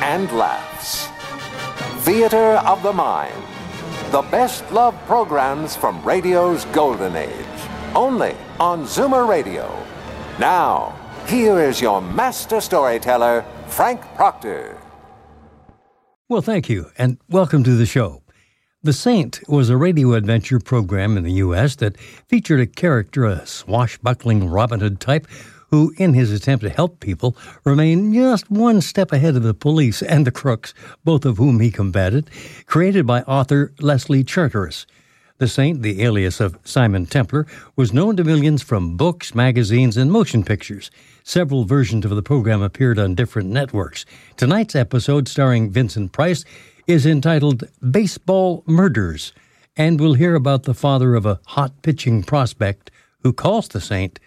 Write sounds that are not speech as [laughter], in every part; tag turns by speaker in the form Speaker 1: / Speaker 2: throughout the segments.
Speaker 1: and laughs. Theater of the Mind. The best love programs from radio's golden age. Only on Zoomer Radio. Now, here is your master storyteller, Frank Proctor.
Speaker 2: Well, thank you, and welcome to the show. The Saint was a radio adventure program in the U.S. that featured a character, a swashbuckling Robin Hood type, who, in his attempt to help people, remained just one step ahead of the police and the crooks, both of whom he combated, created by author Leslie Charteris. The Saint, the alias of Simon Templar, was known to millions from books, magazines, and motion pictures. Several versions of the program appeared on different networks. Tonight's episode, starring Vincent Price, is entitled Baseball Murders, and we'll hear about the father of a hot pitching prospect who calls the Saint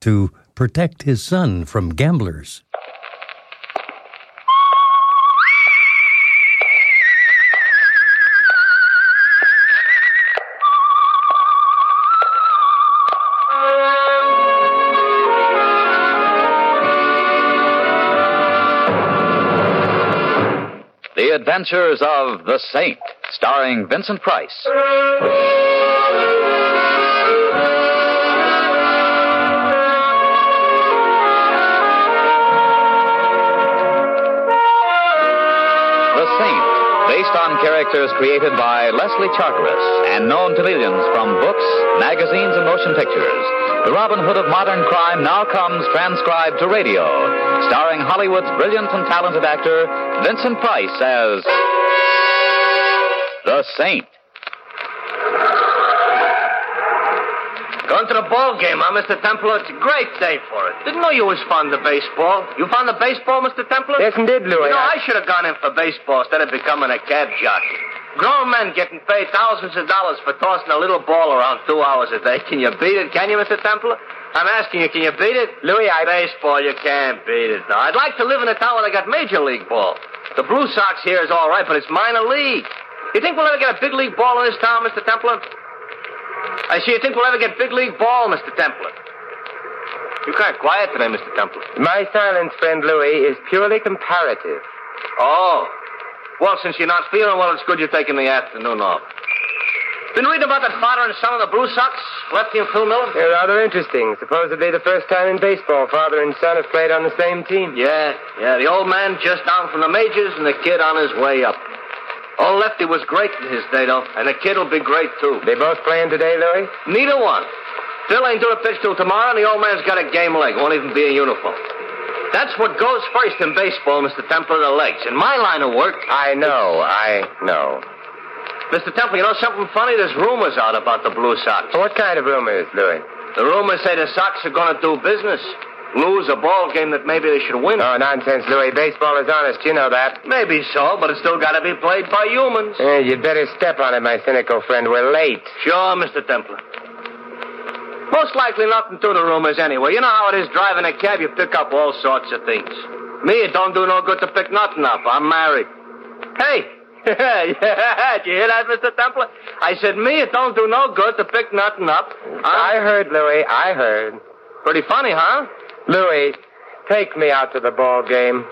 Speaker 2: to protect his son from gamblers.
Speaker 3: The Adventures of the Saint, starring Vincent Price. The Saint, based on characters created by Leslie Charteris and known to millions from books, magazines, and motion pictures. The Robin Hood of modern crime now comes transcribed to radio, starring Hollywood's brilliant and talented actor Vincent Price as The Saint.
Speaker 4: Going to the ball game, huh, Mr. Templar? It's a great day for it. Didn't know you was fond of baseball. You fond of baseball, Mr. Templar?
Speaker 5: Yes, indeed, Louis.
Speaker 4: You know, I should have gone in for baseball instead of becoming a cab jockey. Grown men getting paid thousands of dollars for tossing a little ball around two hours a day. Can you beat it? Can you, Mr. Templar? I'm asking you, can you beat it? Louis, I... Baseball, you can't beat it. No, I'd like to live in a town where they got major league ball. The Blue Sox here is all right, but it's minor league. You think we'll ever get a big league ball in this town, Mr. Templar? I see you think we'll ever get big league ball, Mr. Templar. You can't quiet today, Mr. Templar.
Speaker 5: My silence, friend Louis, is purely comparative.
Speaker 4: Oh. Well, since you're not feeling well, it's good you're taking the afternoon off. Been reading about that father and son of the Blue Sox, Lefty and Phil Miller?
Speaker 5: They're rather interesting. Supposedly the first time in baseball father and son have played on the same team.
Speaker 4: Yeah, yeah. The old man just down from the majors and the kid on his way up. Old Lefty was great in his day, though, and the kid'll be great, too.
Speaker 5: They both playing today, Louis?
Speaker 4: Neither one. Phil ain't due to pitch till tomorrow, and the old man's got a game leg. Won't even be in uniform. That's what goes first in baseball, Mr. Templar, the legs. In my line of work,
Speaker 5: I know, I know.
Speaker 4: Mr. Templar, you know something funny? There's rumors out about the Blue Sox.
Speaker 5: What kind of rumors, Louis?
Speaker 4: The rumors say the Sox are going to do business, lose a ball game that maybe they should win.
Speaker 5: Oh, nonsense, Louis. Baseball is honest. You know that.
Speaker 4: Maybe so, but it's still got to be played by humans.
Speaker 5: Eh, you'd better step on it, my cynical friend. We're late.
Speaker 4: Sure, Mr. Templar. Most likely nothing to the rumors anyway. You know how it is driving a cab, you pick up all sorts of things. Me, it don't do no good to pick nothing up. I'm married. Hey! [laughs] yeah, did you hear that, Mr. Templar? I said, me, it don't do no good to pick nothing up.
Speaker 5: I
Speaker 4: I'm...
Speaker 5: heard, Louis. I heard.
Speaker 4: Pretty funny, huh?
Speaker 5: Louis, take me out to the ball game.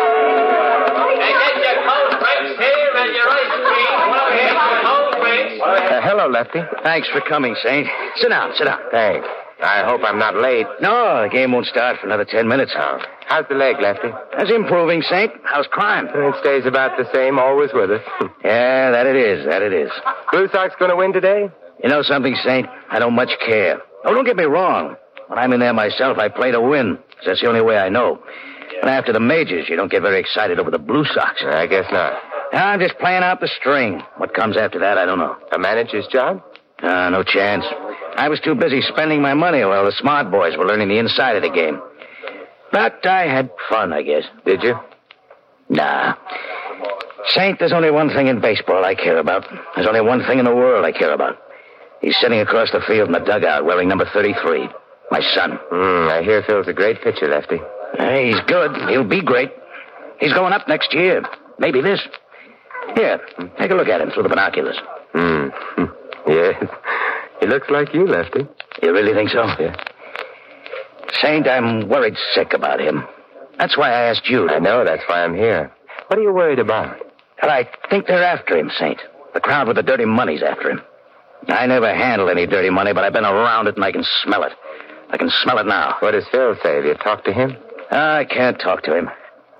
Speaker 4: Hey, get your cold drinks here and your ice cream. Get your cold drinks.
Speaker 5: Uh, hello, Lefty.
Speaker 6: Thanks for coming, Saint. Sit down, sit down.
Speaker 5: Thanks. I hope I'm not late.
Speaker 6: No, the game won't start for another ten minutes.
Speaker 5: Oh. How's the leg, Lefty?
Speaker 6: That's improving, Saint. How's crime?
Speaker 5: It stays about the same, always with us. [laughs]
Speaker 6: Yeah, that it is, that it is.
Speaker 5: Blue Sox going to win today?
Speaker 6: You know something, Saint? I don't much care. Oh, don't get me wrong. When I'm in there myself, I play to win. 'cause That's the only way I know. And after the majors, you don't get very excited over the Blue Sox.
Speaker 5: I guess not.
Speaker 6: I'm just playing out the string. What comes after that, I don't know.
Speaker 7: A manager's job?
Speaker 6: Uh, no chance. I was too busy spending my money while the smart boys were learning the inside of the game. But I had fun, I guess.
Speaker 7: Did you?
Speaker 6: Nah. Saint, there's only one thing in baseball I care about. There's only one thing in the world I care about. He's sitting across the field in the dugout wearing number 33. My son.
Speaker 7: Mm, I hear Phil's a great pitcher, Lefty.
Speaker 6: Hey, he's good. He'll be great. He's going up next year. Maybe this. Here, take a look at him through the binoculars.
Speaker 7: Mm. [laughs] yes. He looks like you, Lefty.
Speaker 6: You really think so?
Speaker 7: Yeah.
Speaker 6: Saint, I'm worried sick about him. That's why I asked you.
Speaker 7: I know. That's why I'm here. What are you worried about?
Speaker 6: Well, I think they're after him, Saint. The crowd with the dirty money's after him. I never handled any dirty money, but I've been around it and I can smell it. I can smell it now.
Speaker 7: What does Phil say? Have you talked to him?
Speaker 6: I can't talk to him.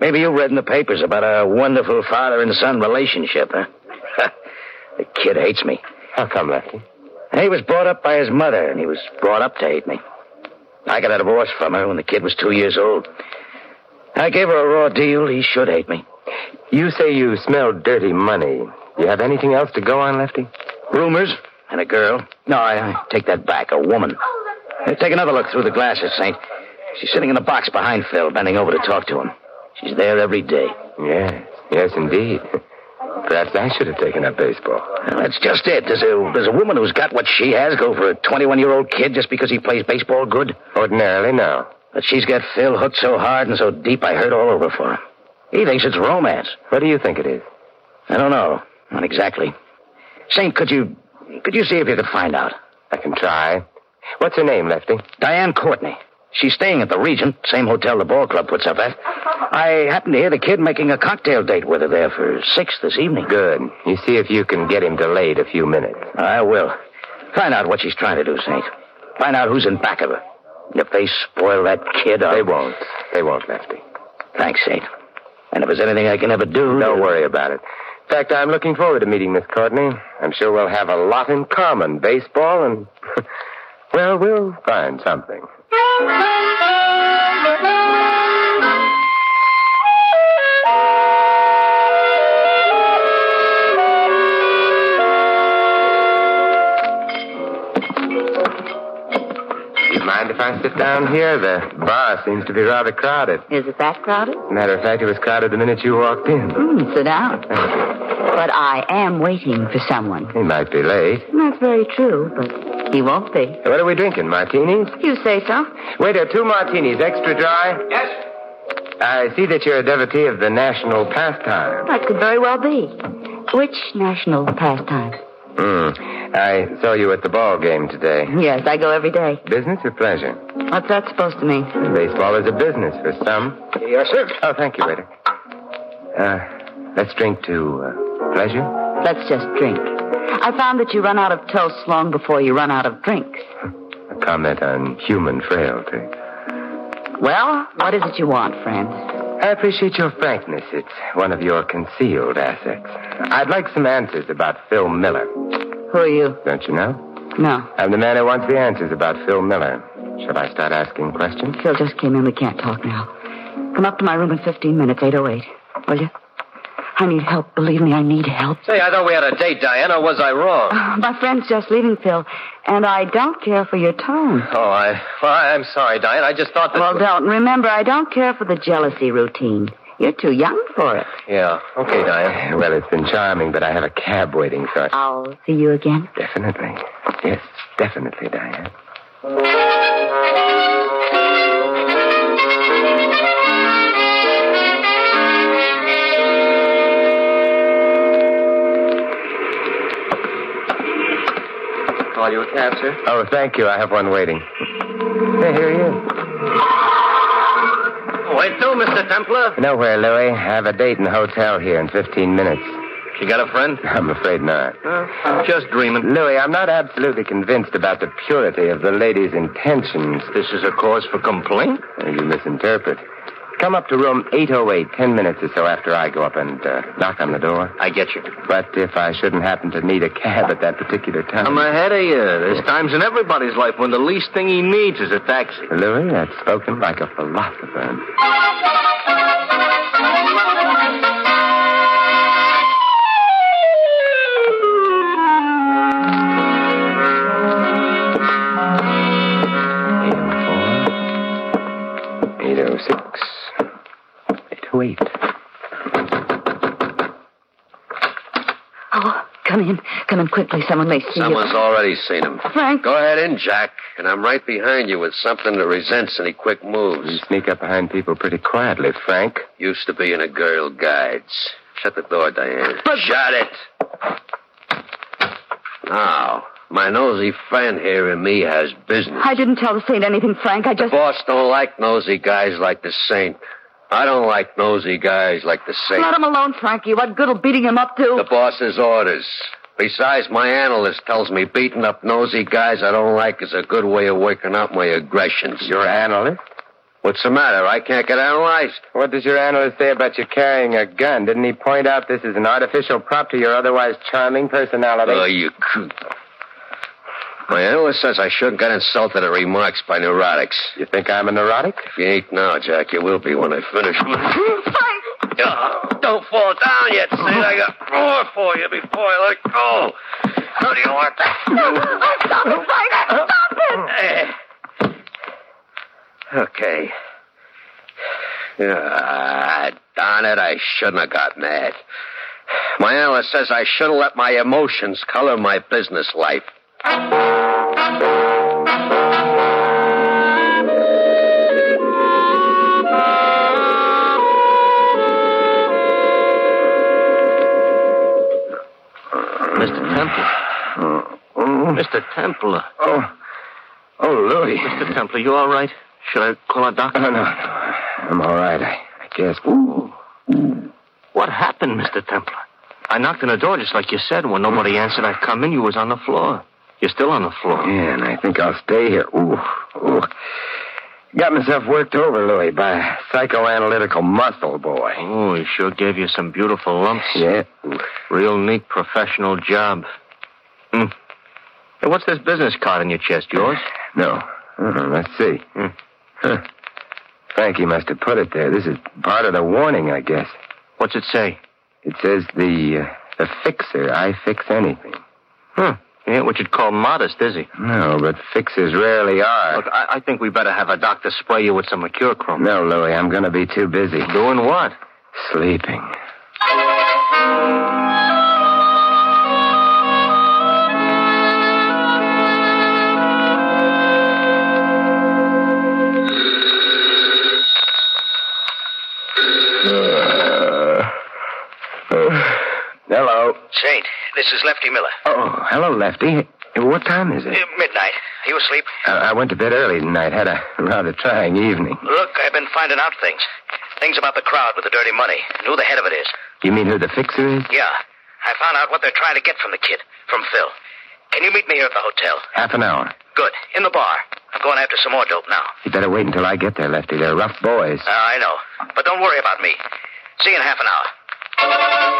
Speaker 6: Maybe you read in the papers about a wonderful father and son relationship, huh? [laughs] the kid hates me.
Speaker 7: How come, Lefty?
Speaker 6: He was brought up by his mother, and he was brought up to hate me. I got a divorce from her when the kid was two years old. I gave her a raw deal. He should hate me.
Speaker 7: You say you smell dirty money. You have anything else to go on, Lefty?
Speaker 6: Rumors and a girl. No, I, I take that back. A woman. Uh, Take another look through the glasses, Saint. She's sitting in the box behind Phil, bending over to talk to him. She's there every day.
Speaker 7: Yes. Yes, indeed. Perhaps I should have taken up baseball.
Speaker 6: Well, that's just it. There's a there's a woman who's got what she has go for a 21 year old kid just because he plays baseball good.
Speaker 7: Ordinarily, no.
Speaker 6: But she's got Phil hooked so hard and so deep I hurt all over for him. He thinks it's romance.
Speaker 7: What do you think it is?
Speaker 6: I don't know. Not exactly. Saint, could you could you see if you could find out?
Speaker 7: I can try. What's her name, Lefty?
Speaker 6: Diane Courtney. She's staying at the Regent, same hotel the ball club puts up at. I happened to hear the kid making a cocktail date with her there for six this evening.
Speaker 7: Good. You see if you can get him delayed a few minutes.
Speaker 6: I will. Find out what she's trying to do, Saint. Find out who's in back of her. If they spoil that kid, I'll...
Speaker 7: They won't. They won't, Lefty.
Speaker 6: Thanks, Saint. And if there's anything I can ever do...
Speaker 7: Don't worry about it. In fact, I'm looking forward to meeting Miss Courtney. I'm sure we'll have a lot in common baseball and. [laughs] well, we'll find something. You Mind if I sit down here? The bar seems to be rather crowded.
Speaker 8: Is it that crowded?
Speaker 7: Matter of fact, it was crowded the minute you walked in.
Speaker 8: Hmm, sit down. But I am waiting for someone.
Speaker 7: He might be late.
Speaker 8: That's very true, but he won't be.
Speaker 7: What are we drinking? Martinis?
Speaker 8: You say so?
Speaker 7: Waiter, two martinis, extra dry.
Speaker 4: Yes?
Speaker 7: I see that you're a devotee of the national pastime.
Speaker 8: That could very well be. Which national pastime?
Speaker 7: Hmm. I saw you at the ball game today.
Speaker 8: Yes, I go every day.
Speaker 7: Business or pleasure?
Speaker 8: What's that supposed to mean?
Speaker 7: Baseball is a business for some.
Speaker 6: Yes, sir.
Speaker 7: Oh, thank you, waiter. Uh, let's drink to uh, pleasure.
Speaker 8: Let's just drink. I found that you run out of toasts long before you run out of drinks.
Speaker 7: A comment on human frailty.
Speaker 8: Well, what is it you want, friend?
Speaker 7: I appreciate your frankness. It's one of your concealed assets. I'd like some answers about Phil Miller.
Speaker 8: Who are you?
Speaker 7: Don't you know?
Speaker 8: No.
Speaker 7: I'm the man who wants the answers about Phil Miller. Shall I start asking questions?
Speaker 8: Phil just came in. We can't talk now. Come up to my room in 15 minutes, 808. Will you? I need help. Believe me, I need help.
Speaker 4: Say, I thought we had a date, Diane, or was I
Speaker 8: [sighs]
Speaker 4: wrong?
Speaker 8: My friend's just leaving, Phil, and I don't care for your tone.
Speaker 4: Oh, I. Well, I- I'm sorry, Diane. I just thought that.
Speaker 8: Well, don't. Remember, I don't care for the jealousy routine. You're too young for it.
Speaker 4: Yeah. Okay, Diane.
Speaker 7: Well, it's been charming, but I have a cab waiting, so I...
Speaker 8: I'll see you again.
Speaker 7: Definitely. Yes, definitely, Diane.
Speaker 4: Call you a cab, sir?
Speaker 7: Oh, thank you. I have one waiting. Hey, here he is.
Speaker 4: Wait, too, Mr. Templar.
Speaker 7: Nowhere, Louis. I have a date in the hotel here in 15 minutes.
Speaker 4: You got a friend?
Speaker 7: I'm afraid not.
Speaker 4: Uh, just dreaming.
Speaker 7: Louis, I'm not absolutely convinced about the purity of the lady's intentions.
Speaker 4: This is a cause for complaint?
Speaker 7: You misinterpret. Come up to room 808, 10 minutes or so after I go up and uh, knock on the door.
Speaker 4: I get you.
Speaker 7: But if I shouldn't happen to need a cab at that particular time.
Speaker 4: I'm ahead of you. There's times in everybody's life when the least thing he needs is a taxi.
Speaker 7: Louis, that's spoken like a philosopher. oh
Speaker 8: Oh, come in. Come in quickly. Someone may see
Speaker 9: Someone's
Speaker 8: you.
Speaker 9: already seen him.
Speaker 8: Frank.
Speaker 9: Go ahead in, Jack, and I'm right behind you with something that resents any quick
Speaker 7: You
Speaker 9: moves.
Speaker 7: sneak up behind people pretty quietly, Frank.
Speaker 9: Used to being a girl guides. Shut the door, Diane. Shut it. Now, my nosy friend here and me has business.
Speaker 8: I didn't tell the saint anything, Frank. I just.
Speaker 9: Boss don't like nosy guys like the Saint. I don't like nosy guys like the Saint.
Speaker 8: Let him alone, Frankie. What good will beating him up
Speaker 9: The
Speaker 8: to?
Speaker 9: boss's orders. Besides, my analyst tells me beating up nosy guys I don't like is a good way of working out my aggressions.
Speaker 7: Your analyst?
Speaker 9: What's the matter? I can't get analyzed.
Speaker 7: What does your analyst say about you carrying a gun? Didn't he point out this is an artificial prop to your otherwise charming personality?
Speaker 9: Oh, you coot. My analyst says I shouldn't get insulted at remarks by neurotics.
Speaker 7: You think I'm a neurotic?
Speaker 9: If you ain't now, Jack, you will be when I finish.
Speaker 8: Frank!
Speaker 9: Oh, don't fall down yet, Sid. I got more for you before I let go. How do you want that?
Speaker 8: Oh, stop it, Frank! Stop it!
Speaker 9: Eh. Okay. Ah, darn it, I shouldn't have got mad. My analyst says I should have let my emotions color my business life.
Speaker 4: Mr. Temple. Mr. Temple.
Speaker 7: Mm-hmm. Oh, oh, Louis.
Speaker 4: Mr. Temple, you all right? Should I call a doctor?
Speaker 7: No, no, no. I'm all right, I, I guess. Ooh.
Speaker 4: What happened, Mr. Temple? I knocked on the door just like you said. When nobody answered, I come in. You was on the floor. You're still on the floor.
Speaker 7: Yeah, and I think I'll stay here. Ooh, ooh. Got myself worked over, Louis, by a psychoanalytical muscle boy.
Speaker 4: Oh, he sure gave you some beautiful lumps.
Speaker 7: Yeah. Ooh.
Speaker 4: Real neat professional job. Hmm. Hey, what's this business card on your chest, yours?
Speaker 7: No. Uh-uh, let's see.
Speaker 4: Hmm.
Speaker 7: Huh. Frankie must have put it there. This is part of the warning, I guess.
Speaker 4: What's it say?
Speaker 7: It says the uh, the fixer. I fix anything.
Speaker 4: Huh. He ain't what you'd call modest, is he?
Speaker 7: No, but fixers rarely are.
Speaker 4: Look, I, I think we better have a doctor spray you with some mercurochrome.
Speaker 7: No, Louis, I'm going to be too busy.
Speaker 4: Doing what?
Speaker 7: Sleeping. Hello.
Speaker 4: Saint, this is Lefty Miller.
Speaker 7: Oh, hello, Lefty. What time is it?
Speaker 4: Uh, midnight. Are you asleep?
Speaker 7: I I went to bed early tonight. Had a [laughs] rather trying evening.
Speaker 4: Look, I've been finding out things. Things about the crowd with the dirty money. and Who the head of it is.
Speaker 7: You mean who the fixer is?
Speaker 4: Yeah. I found out what they're trying to get from the kid, from Phil. Can you meet me here at the hotel?
Speaker 7: Half an hour.
Speaker 4: Good. In the bar. I'm going after some more dope now.
Speaker 7: You better wait until I get there, Lefty. They're rough boys.
Speaker 4: Uh, I know. But don't worry about me. See you in half an hour.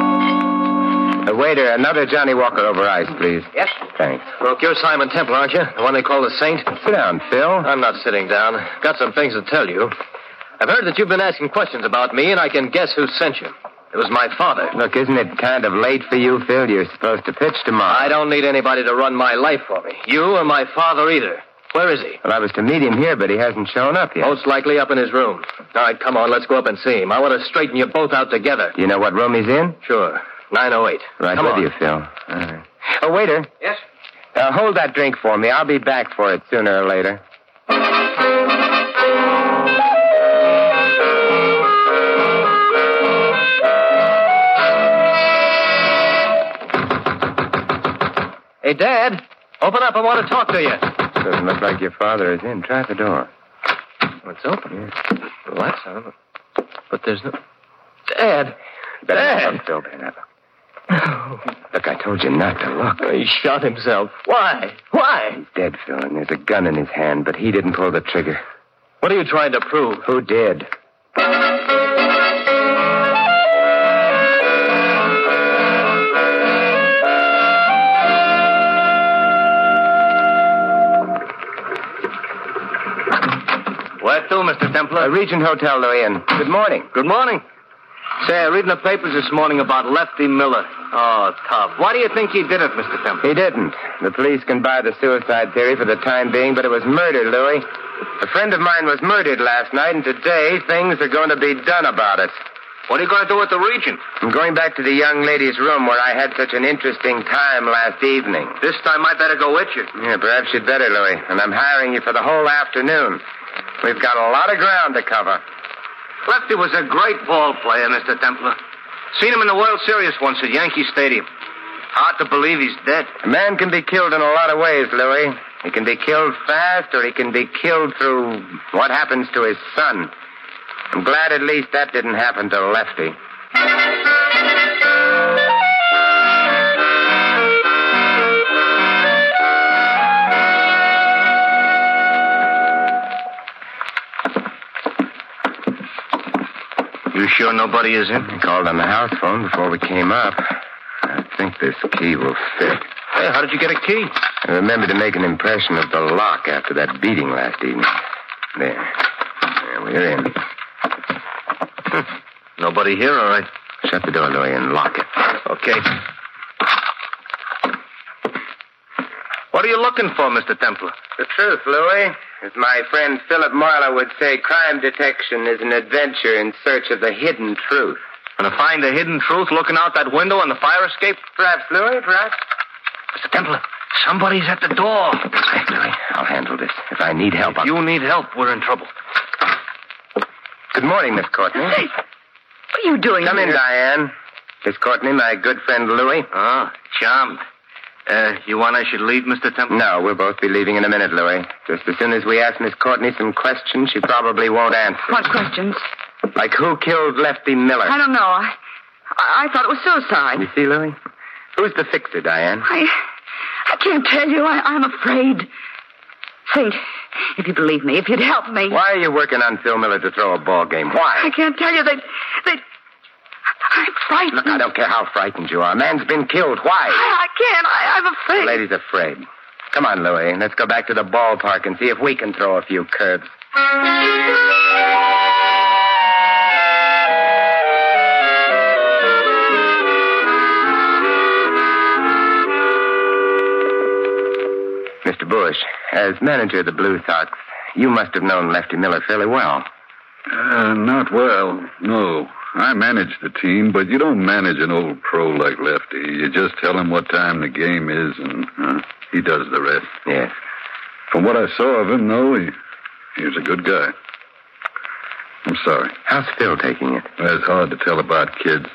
Speaker 7: Uh, waiter, another Johnny Walker over ice, please.
Speaker 4: Yes?
Speaker 7: Thanks.
Speaker 9: Look, you're Simon Temple, aren't you? The one they call the Saint?
Speaker 7: Sit down, Phil.
Speaker 9: I'm not sitting down. Got some things to tell you. I've heard that you've been asking questions about me, and I can guess who sent you. It was my father.
Speaker 7: Look, isn't it kind of late for you, Phil? You're supposed to pitch tomorrow.
Speaker 9: I don't need anybody to run my life for me. You or my father either. Where is he?
Speaker 7: Well, I was to meet him here, but he hasn't shown up yet.
Speaker 9: Most likely up in his room. All right, come on, let's go up and see him. I want to straighten you both out together.
Speaker 7: Do you know what room he's in?
Speaker 9: Sure. 908.
Speaker 7: Right
Speaker 9: come
Speaker 7: with
Speaker 9: on.
Speaker 7: you, Phil. All right. Oh, waiter,
Speaker 9: Yes?
Speaker 7: uh, hold that drink for me. I'll be back for it sooner or later.
Speaker 9: Hey, Dad, open up. I want to talk to you.
Speaker 7: Doesn't look like your father is in. Try the door.
Speaker 9: It's open. Well, that's on. But there's no.
Speaker 7: Dad. Better
Speaker 9: Dad.
Speaker 7: not look, Phil. Better not look. Look, I told you not to look.
Speaker 9: He shot himself. Why? Why?
Speaker 7: He's dead, Phil, and there's a gun in his hand, but he didn't pull the trigger.
Speaker 9: What are you trying to prove?
Speaker 7: Who did?
Speaker 9: Where to, Mr. Templar?
Speaker 7: Uh, Regent Hotel, Louis, and good morning.
Speaker 9: Good morning. Say, I read in the papers this morning about Lefty Miller. Oh, tough. Why do you think he did it, Mr. Temple?
Speaker 7: He didn't. The police can buy the suicide theory for the time being, but it was murder, Louis. A friend of mine was murdered last night, and today things are going to be done about it.
Speaker 4: What are you going to do with the regent?
Speaker 7: I'm going back to the young lady's room where I had such an interesting time last evening.
Speaker 4: This time I better go with you.
Speaker 7: Yeah, perhaps you'd better, Louis. And I'm hiring you for the whole afternoon. We've got a lot of ground to cover.
Speaker 4: Lefty was a great ball player, Mr. Templar. Seen him in the World Series once at Yankee Stadium. Hard to believe he's dead.
Speaker 7: A man can be killed in a lot of ways, Louis. He can be killed fast, or he can be killed through what happens to his son. I'm glad at least that didn't happen to Lefty.
Speaker 4: You sure nobody is in?
Speaker 7: I called on the house phone before we came up. I think this key will fit.
Speaker 4: Hey, how did you get a key?
Speaker 7: I remember to make an impression of the lock after that beating last evening. There. There, we're in.
Speaker 4: Hmm. Nobody here, all right.
Speaker 7: Shut the door, Louis, and lock it.
Speaker 4: Okay. What are you looking for, Mr. Templar?
Speaker 7: The truth, Louis, as my friend Philip Marlowe would say, crime detection is an adventure in search of the hidden truth.
Speaker 4: Gonna find the hidden truth looking out that window on the fire escape?
Speaker 7: Perhaps, Louis, perhaps.
Speaker 4: Mr. Templar, somebody's at the door.
Speaker 7: Right, Louis, I'll handle this. If I need help, I'll...
Speaker 4: You need help. We're in trouble.
Speaker 7: Good morning, Miss Courtney.
Speaker 8: Hey, what are you doing
Speaker 7: Come
Speaker 8: here?
Speaker 7: in, Diane. Miss Courtney, my good friend Louis.
Speaker 4: Ah, charmed. Uh, you want I should leave, Mr. Templar?
Speaker 7: No, we'll both be leaving in a minute, Louis. Just as soon as we ask Miss Courtney some questions, she probably won't answer.
Speaker 8: What questions?
Speaker 7: Like who killed Lefty Miller?
Speaker 8: I don't know. I, I I thought it was suicide.
Speaker 7: You see, Louis? Who's the fixer, Diane?
Speaker 8: I I can't tell you. I, I'm afraid. Saint, if you believe me, if you'd help me.
Speaker 7: Why are you working on Phil Miller to throw a ball game? Why?
Speaker 8: I can't tell you. They they I'm frightened.
Speaker 7: Look, I don't care how frightened you are. A man's been killed. Why?
Speaker 8: I, I can't. I, I'm
Speaker 7: The
Speaker 8: afraid.
Speaker 7: [laughs] lady's afraid. Come on, Louis. Let's go back to the ballpark and see if we can throw a few curves. Mr. Bush, as manager of the Blue Sox, you must have known Lefty Miller fairly well.
Speaker 10: Uh, not well, no. I manage the team, but you don't manage an old pro like Lefty. You just tell him what time the game is, and uh, he does the rest.
Speaker 7: Yes.
Speaker 10: From what I saw of him, though, he, he was a good guy. I'm sorry.
Speaker 7: How's Phil taking it?
Speaker 10: That's hard to tell about kids.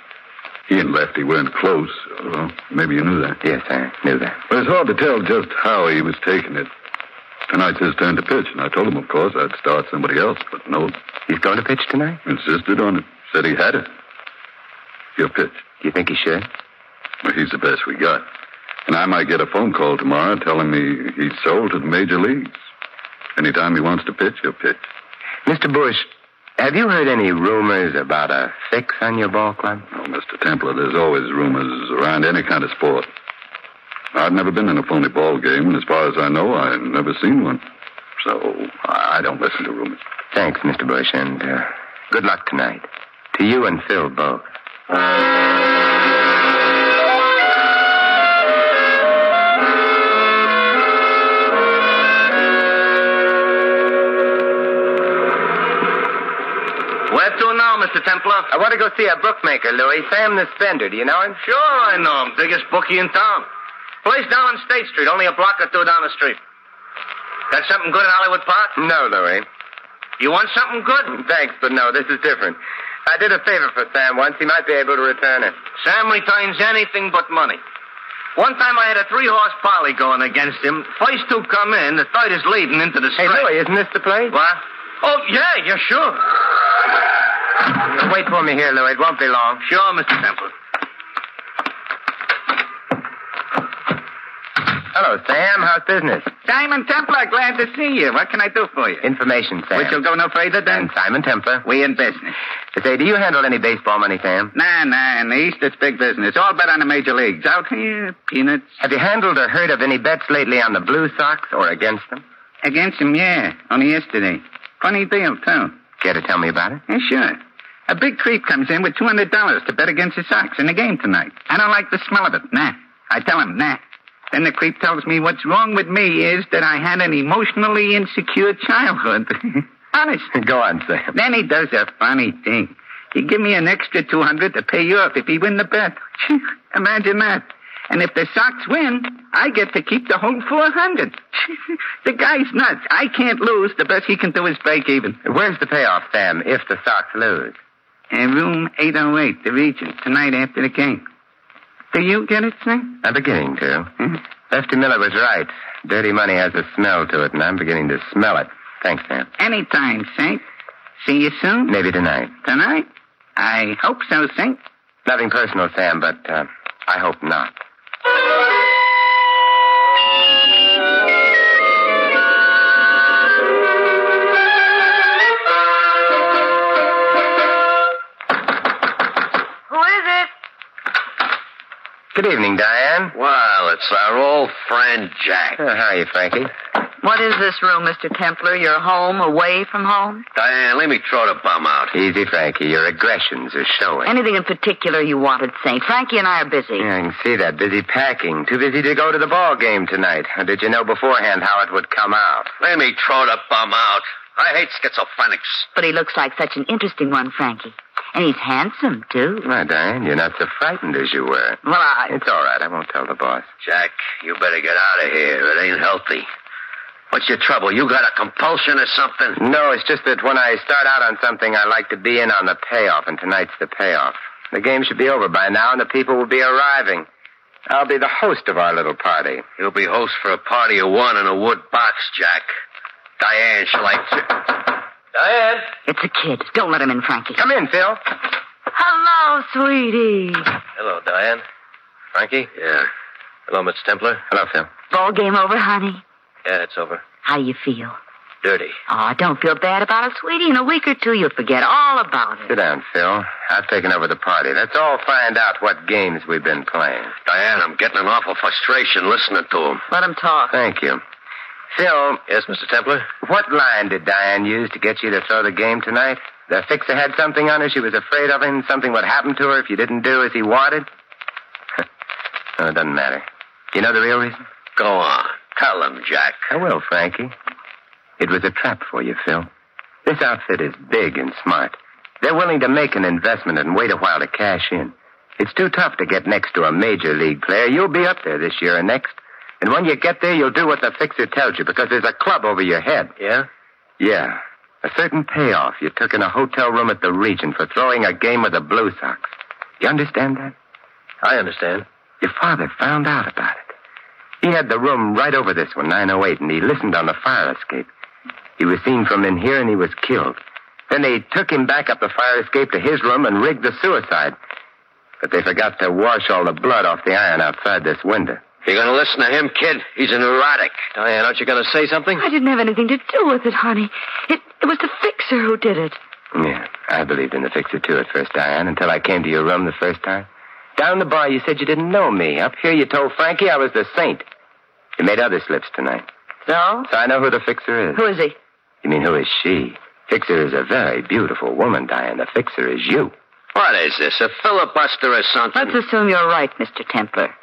Speaker 10: He and Lefty weren't close. Well, maybe you knew that.
Speaker 7: Yes, I knew that.
Speaker 10: But it's hard to tell just how he was taking it. Tonight's his turn to pitch, and I told him, of course, I'd start somebody else, but no,
Speaker 7: He's going to pitch tonight?
Speaker 10: Insisted on it. Said he had it. Your pitch.
Speaker 7: Do you think he should?
Speaker 10: Well, he's the best we got. And I might get a phone call tomorrow telling me he's sold to the major leagues. Anytime he wants to pitch, he'll pitch.
Speaker 7: Mr. Bush, have you heard any rumors about a fix on your ball club?
Speaker 10: Oh, Mr. Templar, there's always rumors around any kind of sport. I've never been in a phony ball game, and as far as I know, I've never seen one. So I I don't listen to rumors.
Speaker 7: Thanks, Mr. Bush, and uh, good luck tonight. To you and Phil both.
Speaker 4: Where to now, Mr. Templar?
Speaker 7: I want to go see a bookmaker, Louis. Sam the Spender. Do you know him?
Speaker 4: Sure, I know him. Biggest bookie in town. Place down on State Street, only a block or two down the street. Got something good in Hollywood Park?
Speaker 7: No, Louis.
Speaker 4: You want something good?
Speaker 7: Thanks, but no, this is different. I did a favor for Sam once. He might be able to return it.
Speaker 4: Sam returns anything but money. One time I had a three horse parley going against him. First two come in, the third is leading into the
Speaker 7: Hey,
Speaker 4: straight.
Speaker 7: Louis, isn't this the place?
Speaker 4: What? Oh, yeah, yeah, sure.
Speaker 7: Wait for me here, Louis. It won't be long.
Speaker 4: Sure, Mr. Temple.
Speaker 7: Hello, Sam. How's business?
Speaker 4: Diamond Templar, glad to see you. What can I do for you?
Speaker 7: Information, Sam.
Speaker 4: Which will go no further
Speaker 7: And
Speaker 4: than
Speaker 7: Simon Templar.
Speaker 4: we in business.
Speaker 7: Say, do you handle any baseball money, Sam?
Speaker 4: Nah, nah, in the East it's big business. All bet on the major leagues. Out here, peanuts.
Speaker 7: Have you handled or heard of any bets lately on the Blue Sox or against them?
Speaker 4: Against him, yeah. Only yesterday. Funny deal, too.
Speaker 7: Care to tell me about it?
Speaker 4: Yeah, sure. A big creep comes in with $200 to bet against the Sox in the game tonight. I don't like the smell of it. Nah. I tell him, nah.
Speaker 5: Then the creep tells me what's wrong with me is that I had an emotionally insecure childhood. [laughs] Honest. Go on, Sam. Then he does a funny thing. He give me an extra two hundred to pay you up if he win the bet. [laughs] Imagine that. And if the Sox win, I get to keep the whole four hundred. [laughs] the guy's nuts. I can't lose. The best he can do is break even. Where's the payoff, Sam? If the Sox lose. In room 808, the region, tonight after the game. Do you get it, Sam?
Speaker 7: I'm beginning to. Hmm? Lefty Miller was right. Dirty money has a smell to it, and I'm beginning to smell it. Thanks, Sam.
Speaker 5: Anytime, Saint. See you soon?
Speaker 7: Maybe tonight.
Speaker 5: Tonight? I hope so, Saint.
Speaker 7: Nothing personal, Sam, but uh, I hope not.
Speaker 11: Who is it?
Speaker 7: Good evening, Diane.
Speaker 9: Well, it's our old friend Jack.
Speaker 7: Uh, how are you, Frankie?
Speaker 11: What is this room, Mr. Templar? Your home, away from home?
Speaker 9: Diane, let me throw the bum out.
Speaker 7: Easy, Frankie. Your aggressions are showing.
Speaker 11: Anything in particular you wanted, Saint? Frankie and I are busy.
Speaker 7: Yeah, I can see that. Busy packing. Too busy to go to the ball game tonight. Or did you know beforehand how it would come out?
Speaker 9: Let me throw the bum out. I hate schizophrenics.
Speaker 11: But he looks like such an interesting one, Frankie. And he's handsome, too.
Speaker 7: My Diane, you're not so frightened as you were.
Speaker 11: Well, I.
Speaker 7: It's all right. I won't tell the boss.
Speaker 9: Jack, you better get out of here. It ain't healthy. What's your trouble? You got a compulsion or something?
Speaker 7: No, it's just that when I start out on something, I like to be in on the payoff, and tonight's the payoff. The game should be over by now, and the people will be arriving. I'll be the host of our little party.
Speaker 9: You'll be host for a party of one in a wood box, Jack. Diane, shall I?
Speaker 4: Diane?
Speaker 11: It's a kid. Don't let him in, Frankie.
Speaker 7: Come in, Phil.
Speaker 11: Hello, sweetie.
Speaker 7: Hello, Diane. Frankie?
Speaker 9: Yeah.
Speaker 7: Hello, Mr. Templar. Hello, Phil.
Speaker 11: Ball game over, honey.
Speaker 7: Yeah, it's over.
Speaker 11: How you feel?
Speaker 7: Dirty.
Speaker 11: Oh, don't feel bad about it, sweetie. In a week or two, you'll forget all about it.
Speaker 7: Sit down, Phil. I've taken over the party. Let's all find out what games we've been playing.
Speaker 9: Diane, I'm getting an awful frustration listening to him.
Speaker 11: Let him talk.
Speaker 7: Thank you. Phil,
Speaker 9: Yes, Mr. Templar?
Speaker 7: what line did Diane use to get you to throw the game tonight? The fixer had something on her she was afraid of, and something would happen to her if you didn't do as he wanted? [laughs] no, it doesn't matter. You know the real reason?
Speaker 9: Go on. Tell him, Jack.
Speaker 7: I will, Frankie. It was a trap for you, Phil. This outfit is big and smart. They're willing to make an investment and wait a while to cash in. It's too tough to get next to a major league player. You'll be up there this year and next. And when you get there, you'll do what the fixer tells you because there's a club over your head.
Speaker 9: Yeah?
Speaker 7: Yeah. A certain payoff you took in a hotel room at the region for throwing a game with the Blue Sox. You understand that?
Speaker 9: I understand.
Speaker 7: Your father found out about it. He had the room right over this one, 908, and he listened on the fire escape. He was seen from in here and he was killed. Then they took him back up the fire escape to his room and rigged the suicide. But they forgot to wash all the blood off the iron outside this window.
Speaker 9: You're going to listen to him, kid? He's an erotic. Diane, aren't you going to say something?
Speaker 8: I didn't have anything to do with it, honey. It, it was the fixer who did it.
Speaker 7: Yeah, I believed in the fixer too at first, Diane, until I came to your room the first time. Down the bar, you said you didn't know me. Up here, you told Frankie I was the saint. You made other slips tonight.
Speaker 11: So?
Speaker 7: So I know who the fixer is.
Speaker 11: Who is he?
Speaker 7: You mean, who is she? Fixer is a very beautiful woman, Diane. The fixer is you.
Speaker 9: What is this, a filibuster or something?
Speaker 11: Let's assume you're right, Mr. Templar.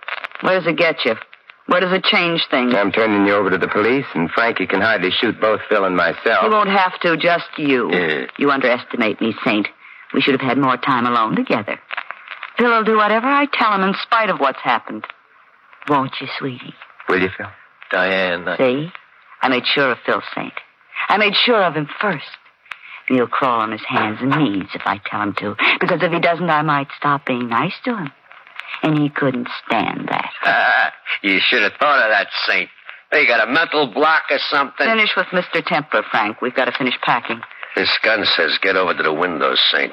Speaker 11: Where does it get you? Where does it change things?
Speaker 7: I'm turning you over to the police, and Frankie can hardly shoot both Phil and myself.
Speaker 11: You won't have to, just you.
Speaker 7: Oh. Yeah.
Speaker 11: You underestimate me, Saint. We should have had more time alone together. Phil will do whatever I tell him in spite of what's happened. Won't you, sweetie?
Speaker 7: Will you, Phil?
Speaker 9: Diane, I...
Speaker 11: See? I made sure of Phil, Saint. I made sure of him first. And He'll crawl on his hands and knees if I tell him to, because if he doesn't, I might stop being nice to him. And he couldn't stand that.
Speaker 9: [laughs] you should have thought of that, Saint. They got a mental block or something.
Speaker 11: Finish with Mr. Templar, Frank. We've got to finish packing.
Speaker 9: This gun says get over to the window, Saint.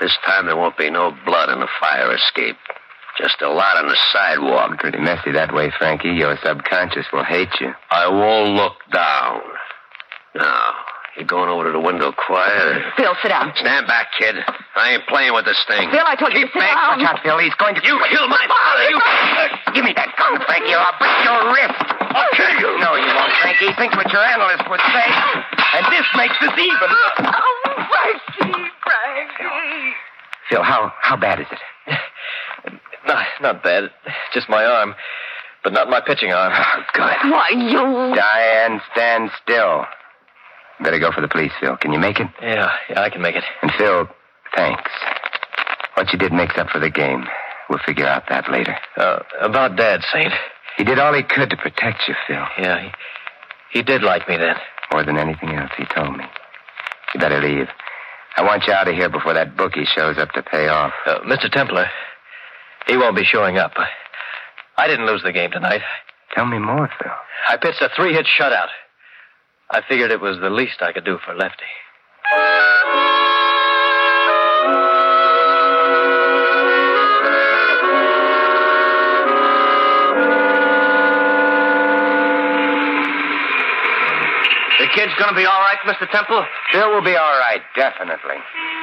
Speaker 9: This time there won't be no blood in the fire escape. Just a lot on the sidewalk.
Speaker 7: Pretty messy that way, Frankie. Your subconscious will hate you.
Speaker 9: I won't look down. Now, you going over to the window quiet? or-
Speaker 11: Phil, sit down.
Speaker 9: Stand back, Ah, kid. I ain't playing with this thing.
Speaker 11: Phil, I told you to
Speaker 9: Keep
Speaker 11: sit
Speaker 9: back.
Speaker 11: down.
Speaker 7: Watch out, Phil. He's going to.
Speaker 9: You killed my father. You.
Speaker 7: [laughs] Give me that gun, Frankie, or I'll break your wrist.
Speaker 9: I'll kill you.
Speaker 7: No, you won't, Frankie. Think what your analyst would say. And this makes us even.
Speaker 11: Oh, Frankie, Frankie.
Speaker 7: Phil, how, how bad is it?
Speaker 9: Not, not bad. Just my arm. but not my pitching arm.
Speaker 7: Ah, Good.
Speaker 11: Why, you.
Speaker 7: Diane, stand still. Better go for the police, Phil. Can you make it?
Speaker 9: Yeah, yeah, I can make it.
Speaker 7: And Phil, thanks. What you did makes up for the game. We'll figure out that later.
Speaker 9: Uh, about Dad, Saint.
Speaker 7: He did all he could to protect you, Phil.
Speaker 9: Yeah, he, he did like me then.
Speaker 7: More than anything else, he told me. You better leave. I want you out of here before that bookie shows up to pay off.
Speaker 9: Uh, Mr. Templar, he won't be showing up. I didn't lose the game tonight.
Speaker 7: Tell me more, Phil.
Speaker 9: I pitched a three hit shutout. I figured it was the least I could do for Lefty.
Speaker 4: The kid's gonna be all right, Mr. Temple?
Speaker 7: Phil will be all right, definitely.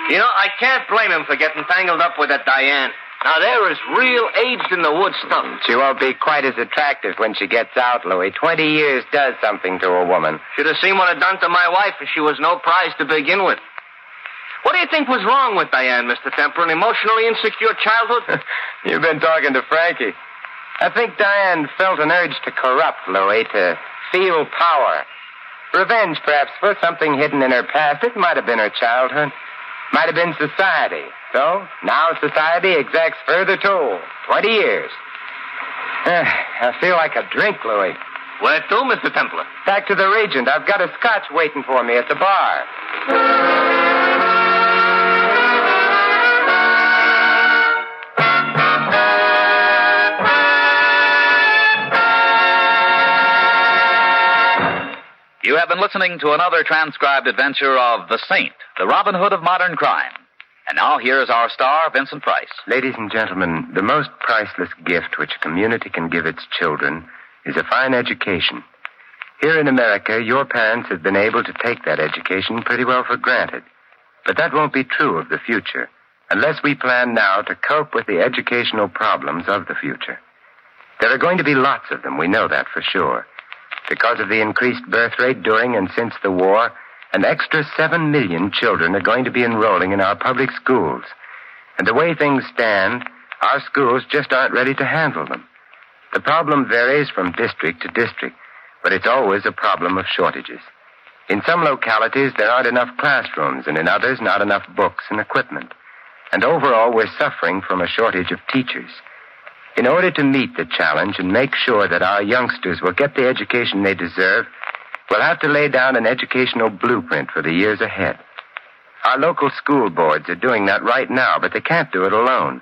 Speaker 4: You know, I can't blame him for getting tangled up with that Diane. Now, there is real aged in the woods stuff.
Speaker 7: She won't be quite as attractive when she gets out, Louis. Twenty years does something to a woman.
Speaker 4: Should have seen what it done to my wife, and she was no prize to begin with. What do you think was wrong with Diane, Mr. Temple? An emotionally insecure childhood?
Speaker 7: [laughs] You've been talking to Frankie. I think Diane felt an urge to corrupt, Louis, to feel power. Revenge, perhaps, for something hidden in her past. It might have been her childhood. Might have been society. So, now society exacts further toll. Twenty years. Eh, I feel like a drink, Louis.
Speaker 4: Where to, Mr. Templar?
Speaker 7: Back to the Regent. I've got a scotch waiting for me at the bar.
Speaker 3: You have been listening to another transcribed adventure of The Saint, the Robin Hood of modern crime. And now here is our star, Vincent Price.
Speaker 7: Ladies and gentlemen, the most priceless gift which a community can give its children is a fine education. Here in America, your parents have been able to take that education pretty well for granted. But that won't be true of the future unless we plan now to cope with the educational problems of the future. There are going to be lots of them, we know that for sure. Because of the increased birth rate during and since the war, an extra 7 million children are going to be enrolling in our public schools. And the way things stand, our schools just aren't ready to handle them. The problem varies from district to district, but it's always a problem of shortages. In some localities, there aren't enough classrooms, and in others, not enough books and equipment. And overall, we're suffering from a shortage of teachers. In order to meet the challenge and make sure that our youngsters will get the education they deserve, we'll have to lay down an educational blueprint for the years ahead. Our local school boards are doing that right now, but they can't do it alone.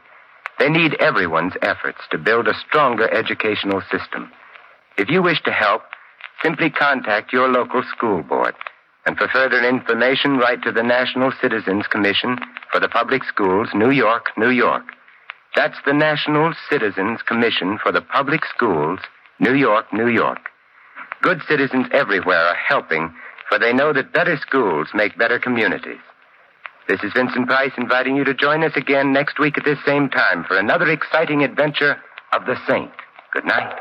Speaker 7: They need everyone's efforts to build a stronger educational system. If you wish to help, simply contact your local school board. And for further information, write to the National Citizens Commission for the Public Schools, New York, New York. That's the National Citizens Commission for the Public Schools, New York, New York. Good citizens everywhere are helping, for they know that better schools make better communities. This is Vincent Price inviting you to join us again next week at this same time for another exciting adventure of the Saint. Good night.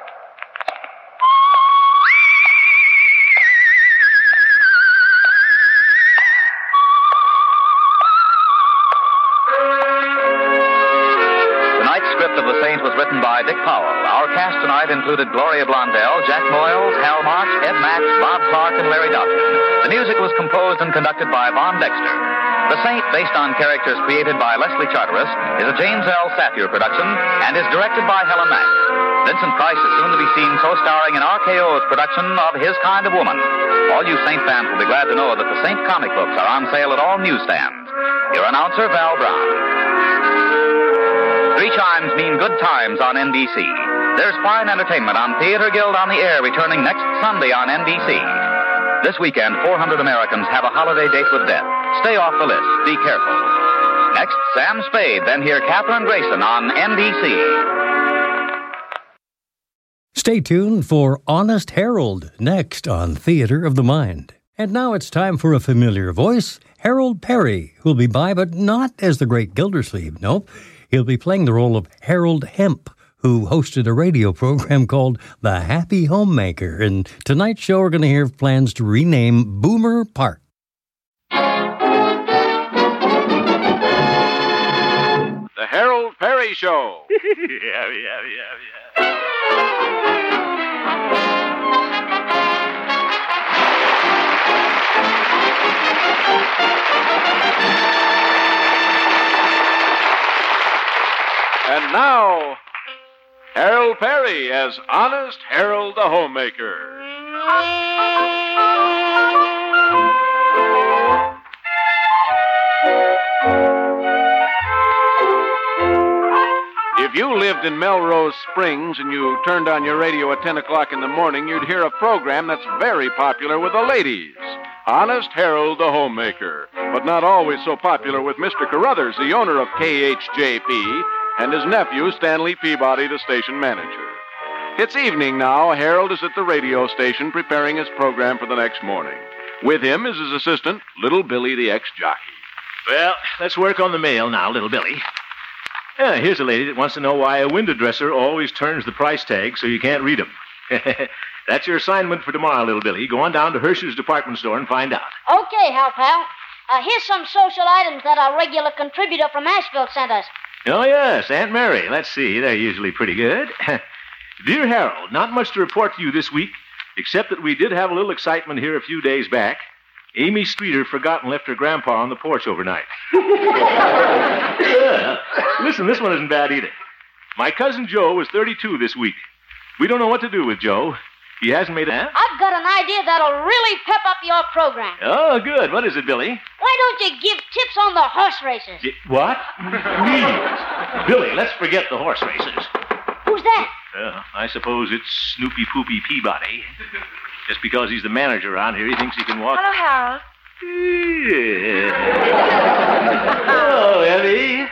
Speaker 3: Tonight's script of The Saint was written by Dick Powell. Our cast tonight included Gloria Blondell, Jack Moyles, Hal March, Ed Max, Bob Clark, and Larry Dobson. The music was composed and conducted by Von Dexter. The Saint, based on characters created by Leslie Charteris, is a James L. Safier production and is directed by Helen Mack. Vincent Price is soon to be seen co-starring in RKO's production of His Kind of Woman. All you Saint fans will be glad to know that the Saint comic books are on sale at all newsstands. Your announcer, Val Brown. Three chimes mean good times on NBC. There's fine entertainment on Theater Guild on the Air returning next Sunday on NBC. This weekend, 400 Americans have a holiday date with death. Stay off the list. Be careful. Next, Sam Spade, then hear Katherine Grayson on NBC.
Speaker 2: Stay tuned for Honest Harold next on Theater of the Mind. And now it's time for a familiar voice, Harold Perry, who'll be by, but not as the great Gildersleeve. Nope. He'll be playing the role of Harold Hemp, who hosted a radio program [laughs] called The Happy Homemaker. And tonight's show, we're going to hear of plans to rename Boomer Park.
Speaker 12: The Harold Perry Show.
Speaker 13: [laughs] yeah, yeah, yeah, yeah.
Speaker 12: And now, Harold Perry as Honest Harold the Homemaker. If you lived in Melrose Springs and you turned on your radio at 10 o'clock in the morning, you'd hear a program that's very popular with the ladies Honest Harold the Homemaker. But not always so popular with Mr. Carruthers, the owner of KHJP, and his nephew, Stanley Peabody, the station manager. It's evening now. Harold is at the radio station preparing his program for the next morning. With him is his assistant, Little Billy the ex jockey.
Speaker 13: Well, let's work on the mail now, little Billy. Yeah, here's a lady that wants to know why a window dresser always turns the price tag so you can't read 'em. [laughs] That's your assignment for tomorrow, little Billy. Go on down to Hersher's department store and find out.
Speaker 14: Okay, Hal Pal. Uh, here's some social items that our regular contributor from Asheville sent us.
Speaker 13: Oh, yes, Aunt Mary. Let's see. They're usually pretty good. [laughs] Dear Harold, not much to report to you this week, except that we did have a little excitement here a few days back. Amy Streeter forgot and left her grandpa on the porch overnight. Yeah. Listen, this one isn't bad either. My cousin Joe was 32 this week. We don't know what to do with Joe. He hasn't made a.
Speaker 14: I've got an idea that'll really pep up your program.
Speaker 13: Oh, good. What is it, Billy?
Speaker 14: Why don't you give tips on the horse races?
Speaker 13: Y- What? Me? Billy, let's forget the horse races.
Speaker 14: Who's that?
Speaker 13: Uh, I suppose it's Snoopy Poopy Peabody. Just because he's the manager around here, he thinks he can walk.
Speaker 15: Hello, Harold.
Speaker 13: Hello, Evie.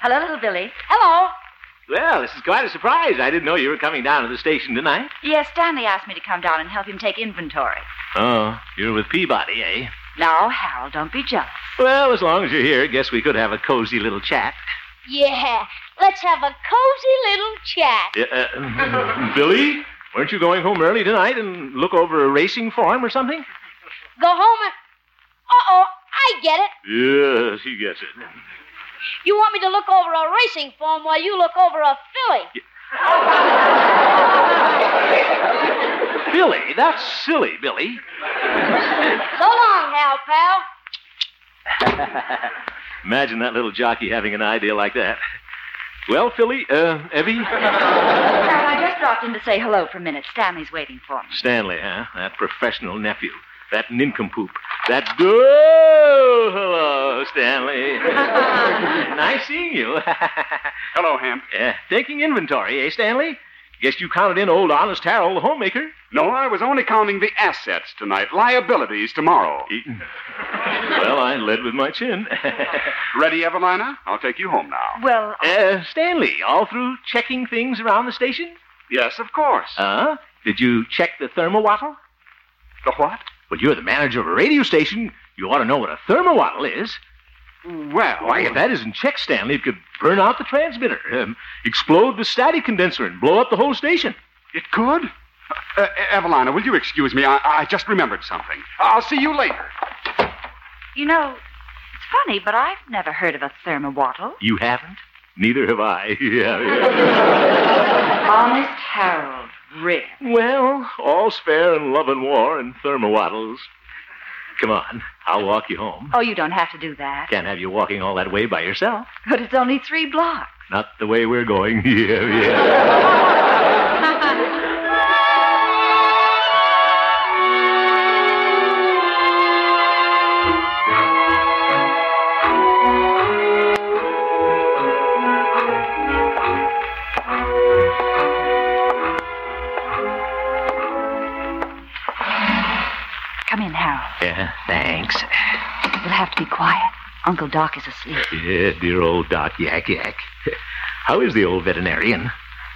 Speaker 15: Hello, little Billy.
Speaker 14: Hello.
Speaker 13: well, this is quite a surprise. I didn't know you were coming down to the station tonight.
Speaker 15: Yes, Stanley asked me to come down and help him take inventory.
Speaker 13: Oh, you're with Peabody, eh?
Speaker 15: Now, Harold, don't be [laughs] jealous.
Speaker 13: Well, as long as you're here, I guess we could have a cozy little chat.
Speaker 14: Yeah. Let's have a cozy little chat.
Speaker 13: Uh, [laughs] uh, Billy, weren't you going home early tonight and look over a racing form or something?
Speaker 14: Go home and. Uh oh, I get it.
Speaker 13: Yes, he gets it.
Speaker 14: You want me to look over a racing form while you look over a filly.
Speaker 13: Billy, that's silly, Billy.
Speaker 14: So long, Hal Pal.
Speaker 13: Imagine that little jockey having an idea like that. Well, Philly, uh, Evie?
Speaker 15: Harold, I just dropped in to say hello for a minute. Stanley's waiting for me.
Speaker 13: Stanley, huh? That professional nephew. That nincompoop. That. Oh, hello, Stanley. [laughs] nice seeing you. [laughs] hello, Ham. Yeah, taking inventory, eh, Stanley? Guess you counted in old Honest Harold, the homemaker?
Speaker 16: No, I was only counting the assets tonight, liabilities tomorrow.
Speaker 13: Well, I led with my chin.
Speaker 16: [laughs] Ready, Evelina? I'll take you home now.
Speaker 15: Well.
Speaker 13: Uh, Stanley, all through checking things around the station?
Speaker 16: Yes, of course.
Speaker 13: Huh? Did you check the thermowattle?
Speaker 16: The what?
Speaker 13: Well, you're the manager of a radio station. You ought to know what a thermowattle is.
Speaker 16: Well.
Speaker 13: Why, if that isn't checked, Stanley, it could burn out the transmitter, um, explode the static condenser, and blow up the whole station.
Speaker 16: It could? Uh, Evelina, will you excuse me? I, I just remembered something. I'll see you later.
Speaker 15: You know, it's funny, but I've never heard of a thermowattle.
Speaker 13: You haven't? Neither have I. [laughs] yeah, yeah.
Speaker 15: [laughs] Honest Harold, Rick.
Speaker 13: Well, all's fair in love and war and thermowattles. Come on, I'll walk you home.
Speaker 15: Oh, you don't have to do that.
Speaker 13: Can't have you walking all that way by yourself.
Speaker 15: But it's only three blocks.
Speaker 13: Not the way we're going. [laughs] yeah, yeah.
Speaker 15: Come in, Harold.
Speaker 13: yeah, thanks.
Speaker 15: You'll have to be quiet. Uncle Doc is asleep.
Speaker 13: Yeah, dear old Doc Yak Yak. [laughs] How is the old veterinarian?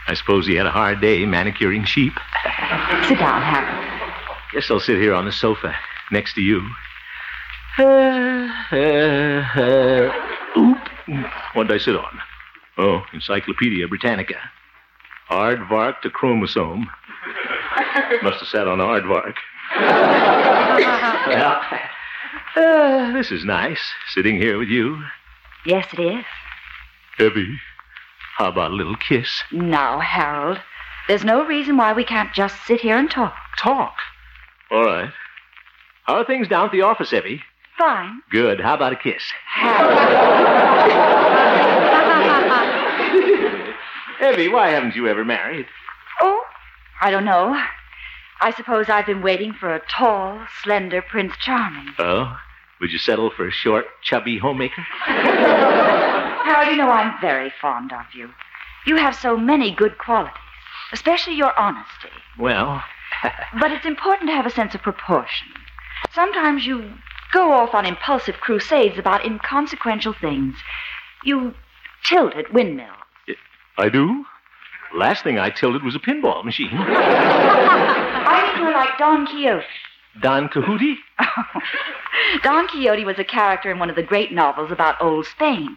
Speaker 13: I suppose he had a hard day manicuring sheep.
Speaker 15: [laughs] Sit down, Harold.
Speaker 13: Guess I'll sit here on the sofa next to you. [laughs] Uh, uh, oop. What did I sit on? Oh, Encyclopedia Britannica. Aardvark to chromosome. Must have sat on aardvark. [laughs] yeah. Uh, this is nice, sitting here with you.
Speaker 15: Yes, it is.
Speaker 13: Evie, how about a little kiss?
Speaker 15: Now, Harold. There's no reason why we can't just sit here and talk.
Speaker 13: Talk? All right. How are things down at the office, Effie?
Speaker 15: Fine.
Speaker 13: Good. How about a kiss? Effie, why haven't you ever married?
Speaker 15: Oh, I don't know. I suppose I've been waiting for a tall, slender Prince Charming.
Speaker 13: Oh, would you settle for a short, chubby homemaker?
Speaker 15: Harold, you know I'm very fond of you. You have so many good qualities, especially your honesty.
Speaker 13: Well,
Speaker 15: But it's important to have a sense of proportion. Sometimes you go off on impulsive crusades about inconsequential things. You tilt at windmills.
Speaker 13: I do. Last thing I tilted was a pinball machine.
Speaker 15: I think you're like Don Quixote.
Speaker 13: Don Quixote?
Speaker 15: Don Quixote was a character in one of the great novels about old Spain.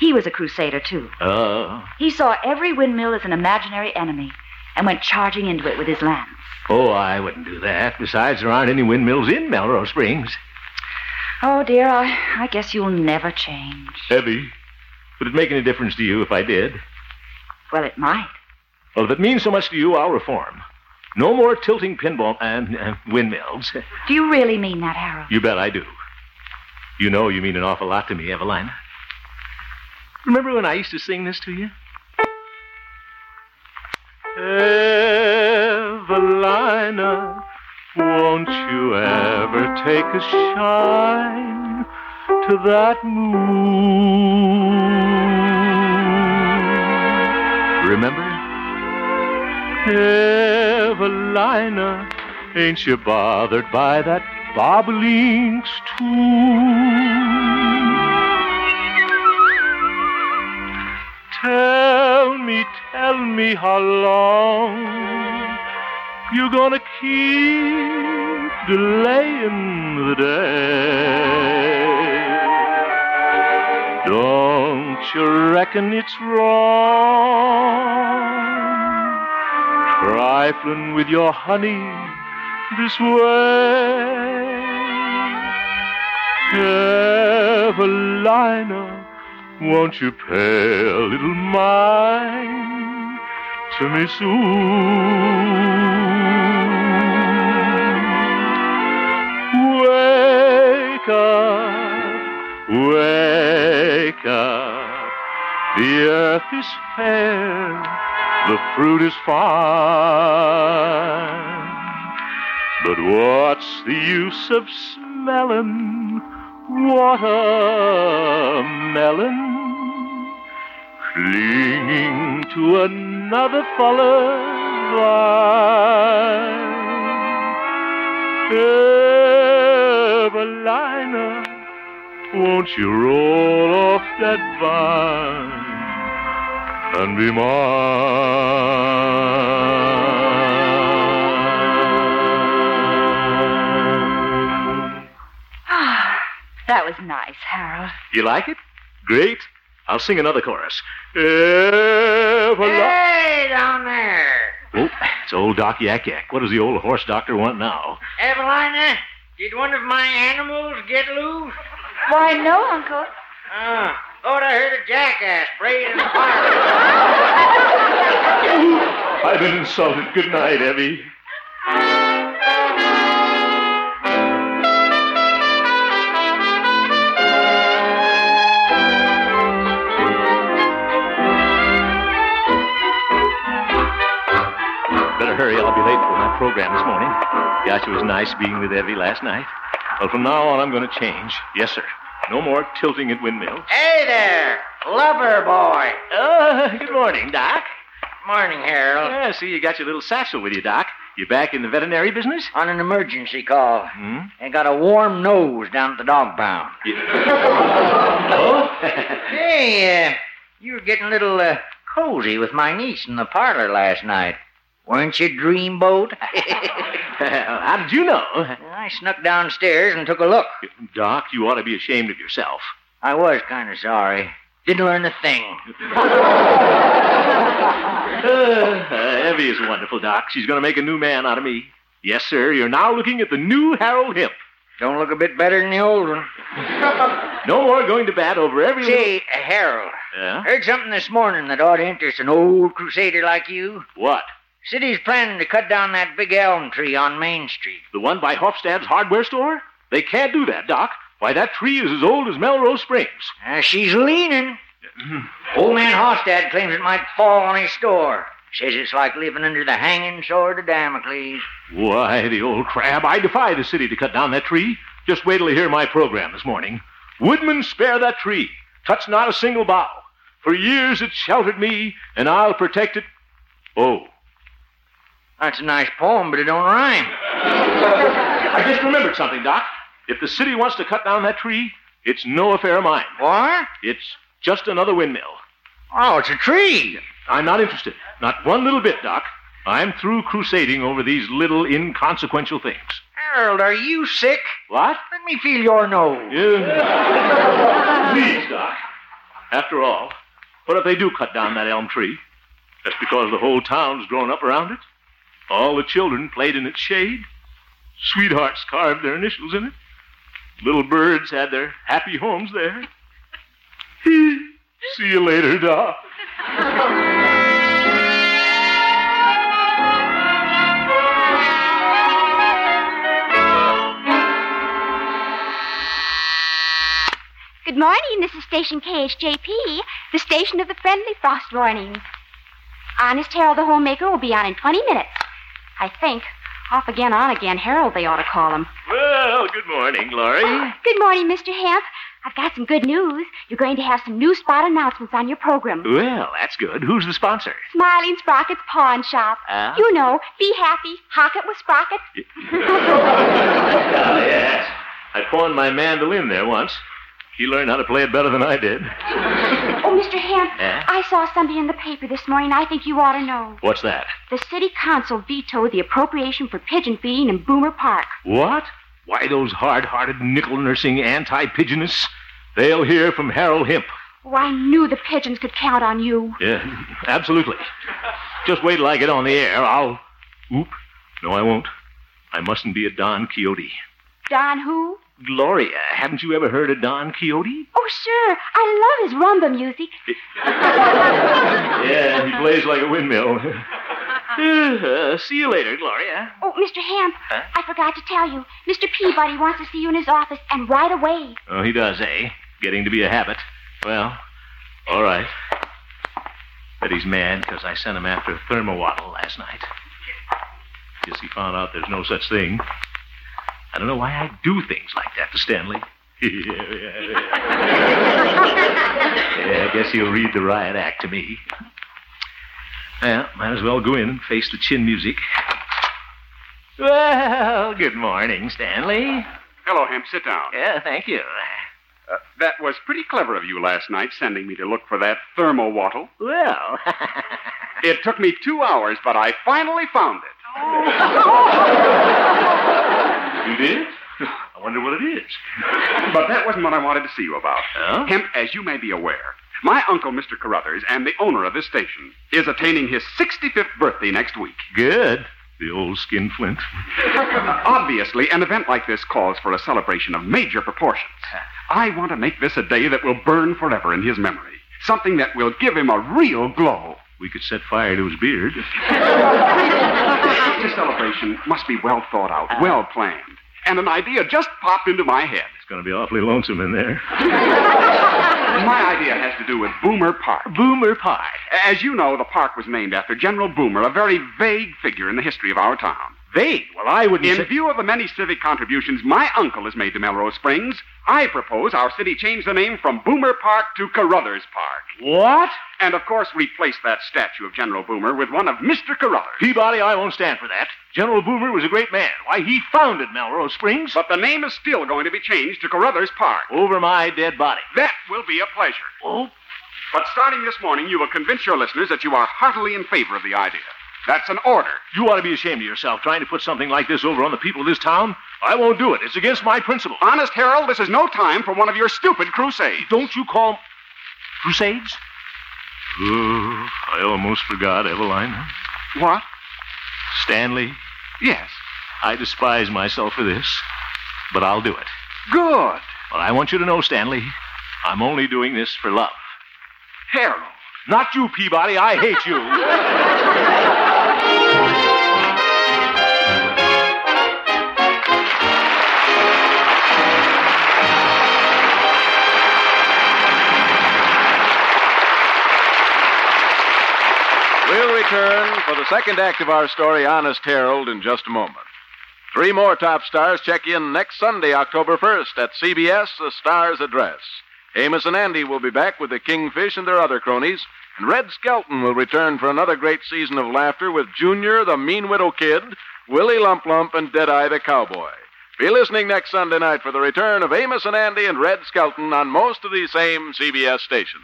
Speaker 15: He was a crusader, too.
Speaker 13: Oh.
Speaker 15: He saw every windmill as an imaginary enemy and went charging into it with his lance.
Speaker 13: Oh, I wouldn't do that. Besides, there aren't any windmills in Melrose Springs.
Speaker 15: Oh, dear, I, I guess you'll never change.
Speaker 13: Effie, would it make any difference to you if I did?
Speaker 15: Well, it might.
Speaker 13: Well, if it means so much to you, I'll reform. No more tilting pinball and uh, windmills. [laughs]
Speaker 15: Do you really mean that, Harold? [sighs]
Speaker 13: You bet I do. You know you mean an awful lot to me, Evelina. Remember when I used to sing this to you? Evelina, won't you ever take a shine to that moon? Remember? Evelina, ain't you bothered by that bobolinks too? Tell me, tell me how long you gonna keep delaying the day. Don't you reckon it's wrong trifling with your honey this way? Evelina, won't you pay a little mind to me soon? Wake up, wake up. The earth is fair, the fruit is fine. But what's the use of smelling watermelon? Clinging to another fella's line. Evelina, won't you roll off that vine and be mine?
Speaker 15: Ah, that was nice, Harold.
Speaker 13: You like it? Great. I'll sing another chorus.
Speaker 17: Eh.
Speaker 13: Evelina.
Speaker 17: Hey, down there.
Speaker 13: Oh, it's old Doc Yak Yak. What does the old horse doctor want now?
Speaker 17: Evelina, did one of my animals get loose?
Speaker 15: Why, no, Uncle.
Speaker 17: Uh, thought I heard a jackass braying in
Speaker 6: [laughs]
Speaker 17: the fire.
Speaker 13: I've been insulted. Good night, Evie. Better hurry. I'll be late for my program this morning. Gosh, it was nice being with Evie last night. Well, from now on, I'm going to change. Yes, sir. No more tilting at windmills.
Speaker 17: hey there, lover boy.
Speaker 13: Uh, good morning, Doc.
Speaker 17: Morning, Harold.
Speaker 13: Yeah, see, you got your little satchel with you, Doc. You back in the veterinary business?
Speaker 17: On an emergency call.
Speaker 13: Hmm?
Speaker 17: They got a warm nose down at the dog pound. hey, uh, you were getting a little uh, cozy with my niece in the parlor last night. Weren't you, Dreamboat? [laughs]
Speaker 13: How did you know?
Speaker 17: I snuck downstairs and took a look.
Speaker 13: Doc, you ought to be ashamed of yourself.
Speaker 17: I was kind of sorry. Didn't learn a thing.
Speaker 13: Uh, [laughs] uh, Evie is wonderful, Doc. She's going to make a new man out of me. Yes, sir. You're now looking at the new Harold Hemp.
Speaker 17: Don't look a bit better than the old one.
Speaker 13: No more going to bat over every
Speaker 17: Say, uh, Harold,
Speaker 13: Yeah?
Speaker 17: heard something this morning that ought to interest an old crusader like you.
Speaker 13: What?
Speaker 17: City's planning to cut down that big elm tree on Main Street.
Speaker 13: The one by Hofstad's hardware store? They can't do that, Doc. Why, that tree is as old as Melrose Springs.
Speaker 17: Uh, she's leaning. Old man Hofstad claims it might fall on his store. Says it's like living under the hanging sword of Damocles.
Speaker 13: Why, the old crab, I defy the city to cut down that tree. Just wait till you hear my program this morning. Woodman, spare that tree. Touch not a single bough. For years it sheltered me, and I'll protect it. Oh.
Speaker 17: That's a nice poem, but it don't rhyme.
Speaker 13: [laughs] I just remembered something, Doc. If the city wants to cut down that tree, it's no affair of mine.
Speaker 17: What?
Speaker 13: It's just another windmill.
Speaker 17: Oh, it's a tree.
Speaker 13: I'm not interested. Not one little bit, Doc. I'm through crusading over these little inconsequential things.
Speaker 17: Harold, are you sick?
Speaker 13: What?
Speaker 17: Let me feel your nose. [laughs]
Speaker 13: Please, Doc. After all, what if they do cut down that elm tree? Just because the whole town's grown up around it? All the children played in its shade. Sweethearts carved their initials in it. Little birds had their happy homes there. [laughs] See you later, Doc.
Speaker 18: Good morning. This is Station KHJP, the station of the friendly frost warning. Honest Harold the Homemaker will be on in 20 minutes. I think. Off again, on again, Harold, they ought to call him.
Speaker 13: Well, good morning, Laurie.
Speaker 18: Good morning, Mr. Hamp. I've got some good news. You're going to have some new spot announcements on your program.
Speaker 13: Well, that's good. Who's the sponsor?
Speaker 18: Smiling Sprocket's Pawn Shop.
Speaker 13: Ah.
Speaker 18: You know, be happy, hock it with Sprocket.
Speaker 13: Oh, yes. I pawned my mandolin there once. He learned how to play it better than I did.
Speaker 18: Oh, Mr. Hamp,
Speaker 13: Yeah?
Speaker 18: I saw something in the paper this morning I think you ought to know.
Speaker 13: What's that?
Speaker 18: The city council vetoed the appropriation for pigeon feeding in Boomer Park.
Speaker 13: What? Why, those hard hearted, nickel nursing anti pigeonists? They'll hear from Harold Hemp.
Speaker 18: Oh, I knew the pigeons could count on you.
Speaker 13: Yeah, [laughs] absolutely. Just wait till I get on the air. I'll. Oop. No, I won't. I mustn't be a Don Quixote.
Speaker 18: Don who?
Speaker 13: Gloria, haven't you ever heard of Don Quixote?
Speaker 18: Oh, sure. I love his rumba music.
Speaker 13: Yeah, he plays like a windmill. [laughs] Uh, see you later, Gloria.
Speaker 18: Oh, Mr. Hamp,
Speaker 13: Huh?
Speaker 18: I forgot to tell you. Mr. Peabody wants to see you in his office and right away.
Speaker 13: Oh, he does, eh? Getting to be a habit. Well, all right. Bet he's mad because I sent him after a thermowaddle last night. Guess he found out there's no such thing. I don't know why I do things like that to Stanley. [laughs] yeah, I guess he'll read the riot act to me. Yeah, might as well go in and face the chin music. Well, good morning, Stanley.
Speaker 16: Hello, Hemp. Sit down.
Speaker 13: Yeah, thank you.
Speaker 16: Uh, that was pretty clever of you last night, sending me to look for that thermowaddle.
Speaker 13: Well. [laughs]
Speaker 16: it took me two hours, but I finally found it.
Speaker 13: You did? I wonder what it is.
Speaker 16: But that wasn't what I wanted to see you about.
Speaker 13: Huh?
Speaker 16: Hemp, as you may be aware, my uncle, Mr. Carruthers, and the owner of this station, is attaining his 65th birthday next week.
Speaker 13: Good. The old skinflint.
Speaker 16: Obviously, an event like this calls for a celebration of major proportions. I want to make this a day that will burn forever in his memory, something that will give him a real glow.
Speaker 13: We could set fire to his beard.
Speaker 16: Such a celebration must be well thought out, well planned. And an idea just popped into my head.
Speaker 13: It's going to be awfully lonesome in there.
Speaker 16: My idea has to do with Boomer Park.
Speaker 13: Boomer Park.
Speaker 16: As you know, the park was named after General Boomer, a very vague figure in the history of our town.
Speaker 13: Vague? Well, I wouldn't.
Speaker 16: In
Speaker 13: say-
Speaker 16: view of the many civic contributions my uncle has made to Melrose Springs, I propose our city change the name from Boomer Park to Carruthers Park.
Speaker 13: What?
Speaker 16: And of course, replace that statue of General Boomer with one of Mr. Carruthers.
Speaker 13: Peabody, I won't stand for that. General Boomer was a great man. Why, he founded Melrose Springs.
Speaker 16: But the name is still going to be changed to Carruthers Park.
Speaker 13: Over my dead body.
Speaker 16: That will be a pleasure.
Speaker 13: Oh.
Speaker 16: But starting this morning, you will convince your listeners that you are heartily in favor of the idea. That's an order.
Speaker 13: You ought to be ashamed of yourself trying to put something like this over on the people of this town. I won't do it. It's against my principles.
Speaker 16: Honest, Harold, this is no time for one of your stupid crusades.
Speaker 13: Don't you call crusades? Oh, I almost forgot, Evelina.
Speaker 16: What?
Speaker 13: Stanley?
Speaker 16: Yes.
Speaker 13: I despise myself for this, but I'll do it.
Speaker 16: Good.
Speaker 13: But I want you to know, Stanley, I'm only doing this for love.
Speaker 16: Harold.
Speaker 13: [laughs] Not you, Peabody. I hate you.
Speaker 12: We'll return for the second act of our story, Honest Harold, in just a moment. Three more top stars check in next Sunday, October 1st, at CBS, The Star's Address. Amos and Andy will be back with the Kingfish and their other cronies, and Red Skelton will return for another great season of laughter with Junior, the Mean Widow Kid, Willie Lump Lump, and Deadeye the Cowboy. Be listening next Sunday night for the return of Amos and Andy and Red Skelton on most of these same CBS stations.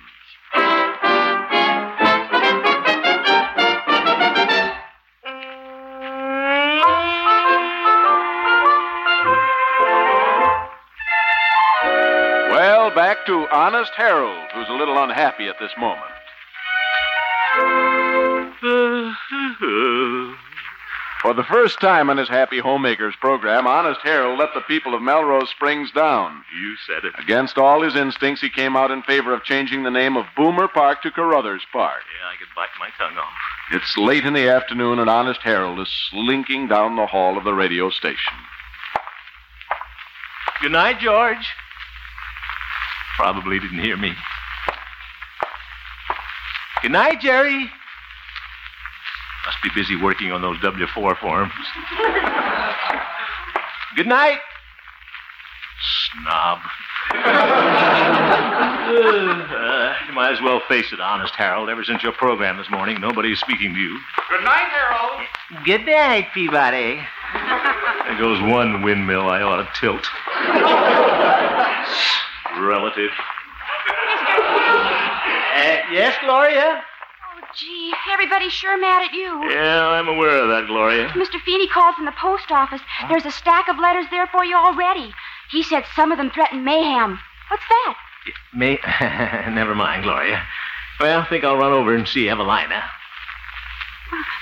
Speaker 12: Well, back to Honest Harold, who's a little unhappy at this moment.
Speaker 13: [laughs]
Speaker 12: For the first time on his Happy Homemakers program, Honest Harold let the people of Melrose Springs down.
Speaker 13: You said it.
Speaker 12: Against all his instincts, he came out in favor of changing the name of Boomer Park to Carruthers Park.
Speaker 13: Yeah, I could bite my tongue off.
Speaker 12: It's late in the afternoon, and Honest Harold is slinking down the hall of the radio station.
Speaker 13: Good night, George. Probably didn't hear me. Good night, Jerry. Must be busy working on those W 4 forms. Good night. Snob. Uh, you might as well face it, honest Harold. Ever since your program this morning, nobody's speaking to you.
Speaker 4: Good night, Harold.
Speaker 17: Good night, Peabody.
Speaker 13: There goes one windmill I ought to tilt. Relative.
Speaker 17: Uh, yes, Gloria?
Speaker 18: Oh, gee, everybody's sure mad at you.
Speaker 13: Yeah, I'm aware of that, Gloria.
Speaker 18: Mr. Feeney called from the post office. There's a stack of letters there for you already. He said some of them threaten mayhem. What's that?
Speaker 13: May. [laughs] Never mind, Gloria. Well, I think I'll run over and see Evelina.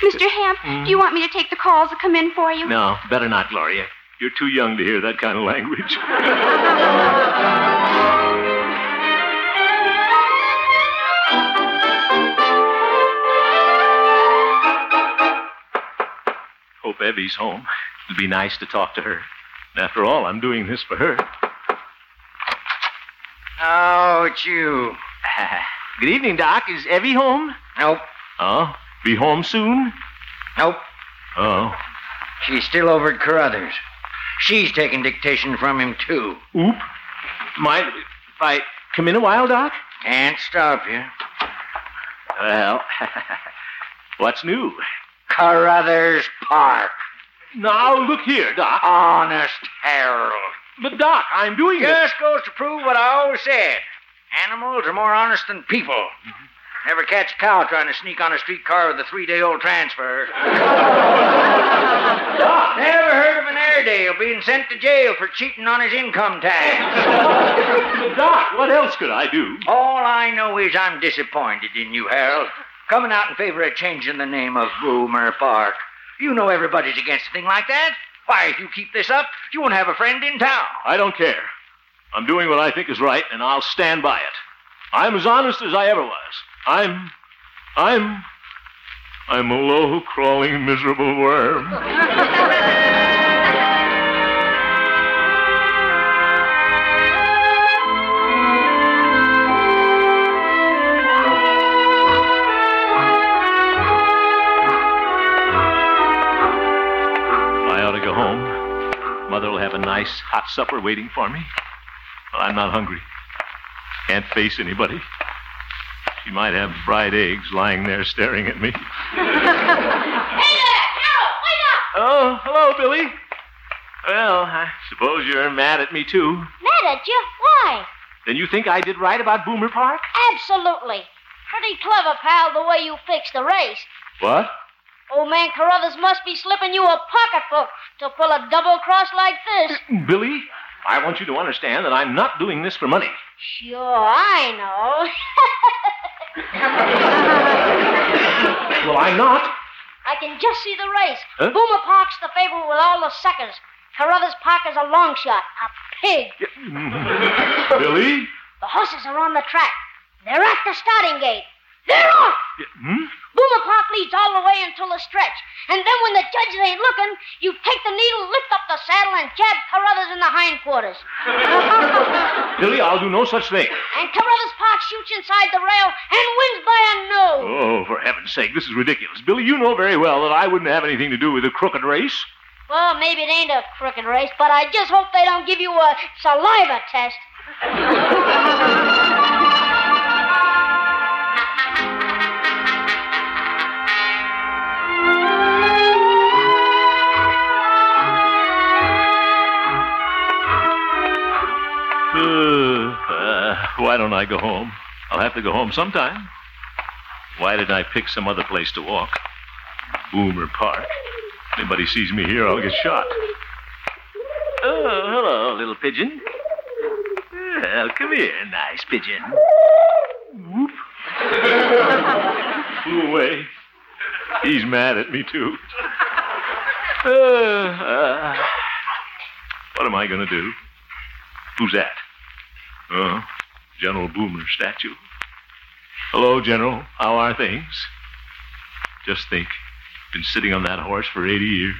Speaker 18: Mr. Hamp, do you want me to take the calls that come in for you?
Speaker 13: No, better not, Gloria. You're too young to hear that kind of [laughs] language.
Speaker 18: [laughs]
Speaker 13: Hope Evie's home. It'd be nice to talk to her. And after all, I'm doing this for her.
Speaker 17: Oh, it's
Speaker 13: [laughs]
Speaker 17: you. Good evening, Doc. Is Evie home? Nope.
Speaker 13: Oh? Be home soon?
Speaker 17: Nope.
Speaker 13: Oh.
Speaker 17: She's still over at Carruthers. She's taking dictation from him, too.
Speaker 13: Oop. Mind if I come in a while, Doc?
Speaker 17: Can't stop you.
Speaker 13: Well, [laughs] what's new?
Speaker 17: Carruthers Park.
Speaker 13: Now, look here, Doc.
Speaker 17: Honest Harold.
Speaker 13: But, Doc, I'm doing
Speaker 17: Just
Speaker 13: this.
Speaker 17: goes to prove what I always said. Animals are more honest than people.
Speaker 13: Mm-hmm.
Speaker 17: Never catch a cow trying to sneak on a streetcar with a three-day-old
Speaker 13: [laughs]
Speaker 17: transfer. Never heard of an Airedale being sent to jail for cheating on his income tax.
Speaker 13: [laughs] Doc, what else could I do?
Speaker 17: All I know is I'm disappointed in you, Harold. Coming out in favor of changing the name of Boomer Park. You know everybody's against a thing like that. Why, if you keep this up, you won't have a friend in town.
Speaker 13: I don't care. I'm doing what I think is right, and I'll stand by it. I'm as honest as I ever was. I'm. I'm. I'm a low, crawling, miserable worm. I ought to go home. Mother will have a nice hot supper waiting for me. Well, I'm not hungry. Can't face anybody. She might have fried eggs lying there staring at me. Oh, hello, Billy. Well, I suppose you're mad at me, too.
Speaker 14: Mad at you? Why?
Speaker 13: Then you think I did right about Boomer Park?
Speaker 14: Absolutely. Pretty clever, pal, the way you fixed the race.
Speaker 13: What?
Speaker 14: Old man Carruthers must be slipping you a pocketbook to pull a double cross like this.
Speaker 13: Billy, I want you to understand that I'm not doing this for [laughs] money.
Speaker 14: Sure, I know. [laughs]
Speaker 13: Well, I'm not.
Speaker 14: I can just see the race.
Speaker 13: Huh?
Speaker 14: Boomer Park's the favorite with all the suckers. Carruthers Park is a long shot, a pig.
Speaker 13: Billy?
Speaker 14: The horses are on the track. They're at the starting gate. They're off!
Speaker 13: Hmm?
Speaker 14: Boomer Pop leads all the way until the stretch. And then when the judges ain't looking, you take the needle, lift up the saddle, and jab Carruthers in the hindquarters.
Speaker 13: Billy, I'll do no such thing.
Speaker 14: And Carruthers Park shoots inside the rail and wins by a nose.
Speaker 13: Oh, for heaven's sake, this is ridiculous. Billy, you know very well that I wouldn't have anything to do with a crooked race.
Speaker 14: Well, maybe it ain't a crooked race, but I just hope they don't give you a saliva test.
Speaker 13: Uh, uh, why don't I go home? I'll have to go home sometime. Why didn't I pick some other place to walk? Boomer Park. Anybody sees me here, I'll get shot. Oh, hello, little pigeon. Well, come here, nice pigeon. Flew away. He's mad at me, too. Uh, uh, what am I going to do? Who's that? Oh, General Boomer statue. Hello, General. How are things? Just think. Been sitting on that horse for 80 years.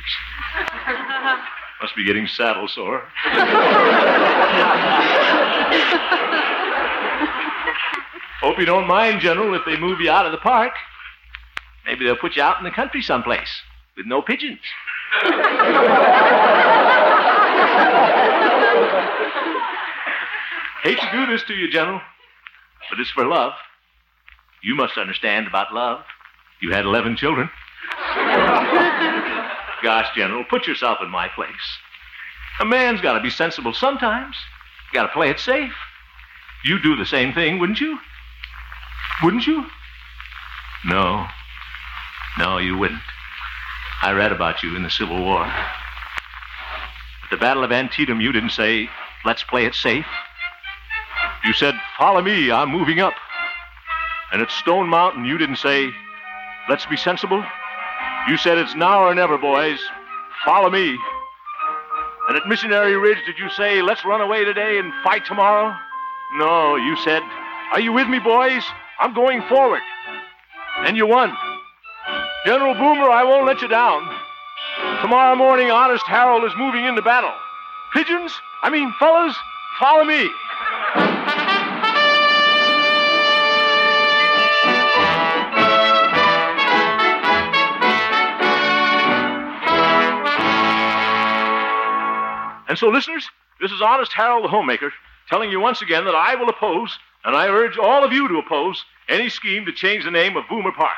Speaker 13: Must be getting saddle sore. Hope you don't mind, General, if they move you out of the park. Maybe they'll put you out in the country someplace with no pigeons. Hate to do this to you, General, but it's for love. You must understand about love. You had 11 children. Gosh, General, put yourself in my place. A man's got to be sensible sometimes. Got to play it safe. You do the same thing, wouldn't you? Wouldn't you? No. No, you wouldn't. I read about you in the Civil War. At the Battle of Antietam, you didn't say, let's play it safe. You said, follow me, I'm moving up. And at Stone Mountain, you didn't say, let's be sensible. You said, it's now or never, boys. Follow me. And at Missionary Ridge, did you say, let's run away today and fight tomorrow? No, you said, are you with me, boys? I'm going forward. And you won. General Boomer, I won't let you down. Tomorrow morning, Honest Harold is moving into battle. Pigeons, I mean, fellas, follow me. And so, listeners, this is Honest Harold the Homemaker telling you once again that I will oppose, and I urge all of you to oppose, any scheme to change the name of Boomer Park.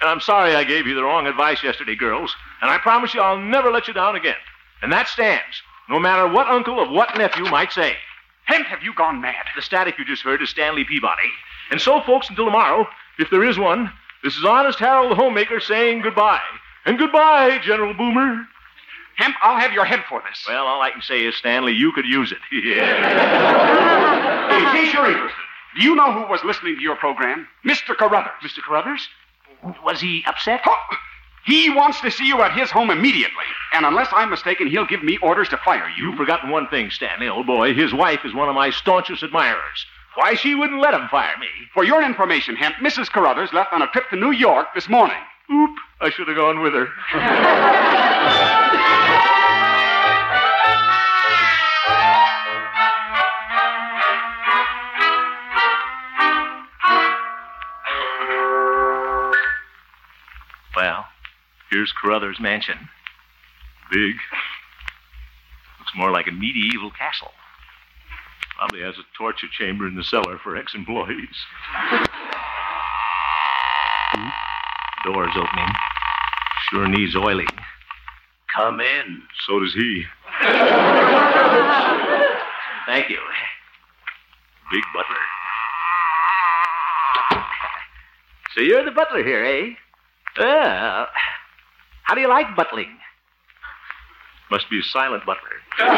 Speaker 13: And I'm sorry I gave you the wrong advice yesterday, girls, and I promise you I'll never let you down again. And that stands, no matter what uncle of what nephew might say. Hemp, have you gone mad? The static you just heard is Stanley Peabody. And so, folks, until tomorrow, if there is one, this is Honest Harold the Homemaker saying goodbye. And goodbye, General Boomer. Hemp, I'll have your head for this. Well, all I can say is, Stanley, you could use it. [laughs]
Speaker 16: In case you're interested, do you know who was listening to your program? Mr. Carruthers. Mr. Carruthers? Was he upset? He wants to see you at his home immediately. And unless I'm mistaken, he'll give me orders to fire you.
Speaker 13: You've forgotten one thing, Stanley, old boy. His wife is one of my staunchest admirers. Why, she wouldn't let him fire me.
Speaker 16: For your information, Hemp, Mrs. Carruthers left on a trip to New York this morning.
Speaker 13: Oop, I should have gone with her.
Speaker 16: [laughs]
Speaker 13: Well, here's Carruthers Mansion. Big. Looks more like a medieval castle. Probably has a torture chamber in the cellar for ex employees. Hmm? Door's opening. Sure needs oiling. Come in. So does he. Thank you. Big butler.
Speaker 17: So you're the butler here, eh? Well, how do you like butling?
Speaker 13: Must be a silent butler.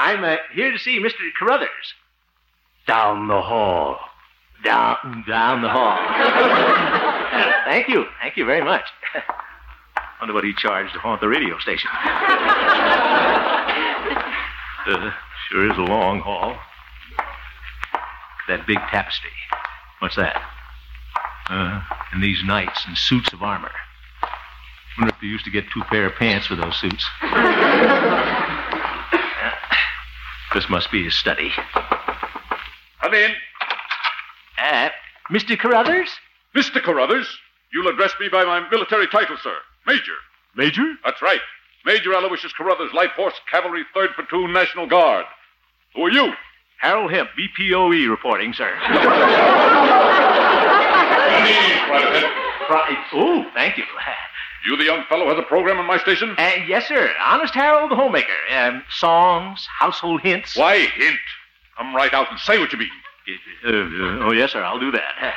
Speaker 17: I'm uh, here to see Mr. Carruthers.
Speaker 13: Down the hall. Down, down the [laughs] hall. Thank you. Thank you very much. Wonder what he charged to haunt the radio station. Uh, sure is a long haul. That big tapestry. What's that? Uh, and these knights in suits of armor. Wonder if they used to get two pair of pants for those suits. [coughs] This must be his study.
Speaker 19: Come in.
Speaker 13: Uh, Mr. Carruthers?
Speaker 19: Mr. Carruthers, you'll address me by my military title, sir. Major. Major? That's right. Major Aloysius Carruthers, Light Horse Cavalry, 3rd Platoon, National Guard. Who are you?
Speaker 13: Harold Hemp, BPOE E reporting, sir. oh, thank you.
Speaker 19: You, the young fellow, has a program on my station?
Speaker 13: Uh, yes, sir. Honest Harold, the homemaker. Um, songs, household hints. Why
Speaker 19: hint? Come right out and say what you mean.
Speaker 13: Uh, uh, oh, yes, sir. I'll do that.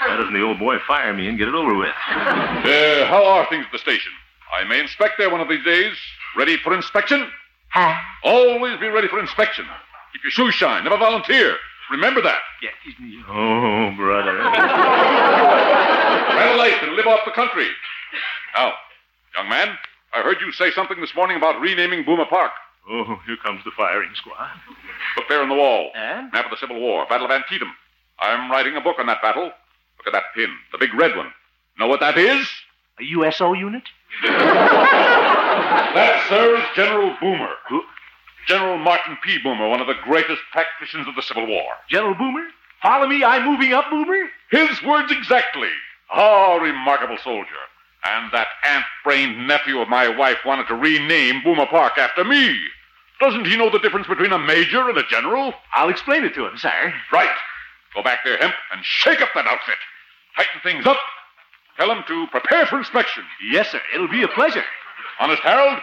Speaker 13: [laughs] Why doesn't the old boy fire me and get it over with?
Speaker 19: [laughs] Uh, how are things at the station? I may inspect there one of these days. Ready for inspection? Always be ready for inspection. Keep your shoes shine. Never volunteer. Remember that.
Speaker 13: Yeah. Oh, brother.
Speaker 19: Rent a life and live off the country. Now, young man, I heard you say something this morning about renaming Boomer Park.
Speaker 13: Oh, here comes the firing squad.
Speaker 19: Look there on the wall. Map of the Civil War, Battle of Antietam. I'm writing a book on that battle. Look at that pin, the big red one. Know what that is?
Speaker 13: A USO unit?
Speaker 19: That, sir, is General Boomer. General Martin P. Boomer, one of the greatest tacticians of the Civil War.
Speaker 13: General Boomer? Follow me, I'm moving up, Boomer?
Speaker 19: His words exactly. Ah, remarkable soldier. And that ant-brained nephew of my wife wanted to rename Boomer Park after me. Doesn't he know the difference between a major and a general?
Speaker 13: I'll explain it to him, sir.
Speaker 19: Right. Go back there, Hemp, and shake up that outfit. Tighten things up. Tell him to prepare for inspection.
Speaker 13: Yes, sir. It'll be a pleasure.
Speaker 19: Honest Harold,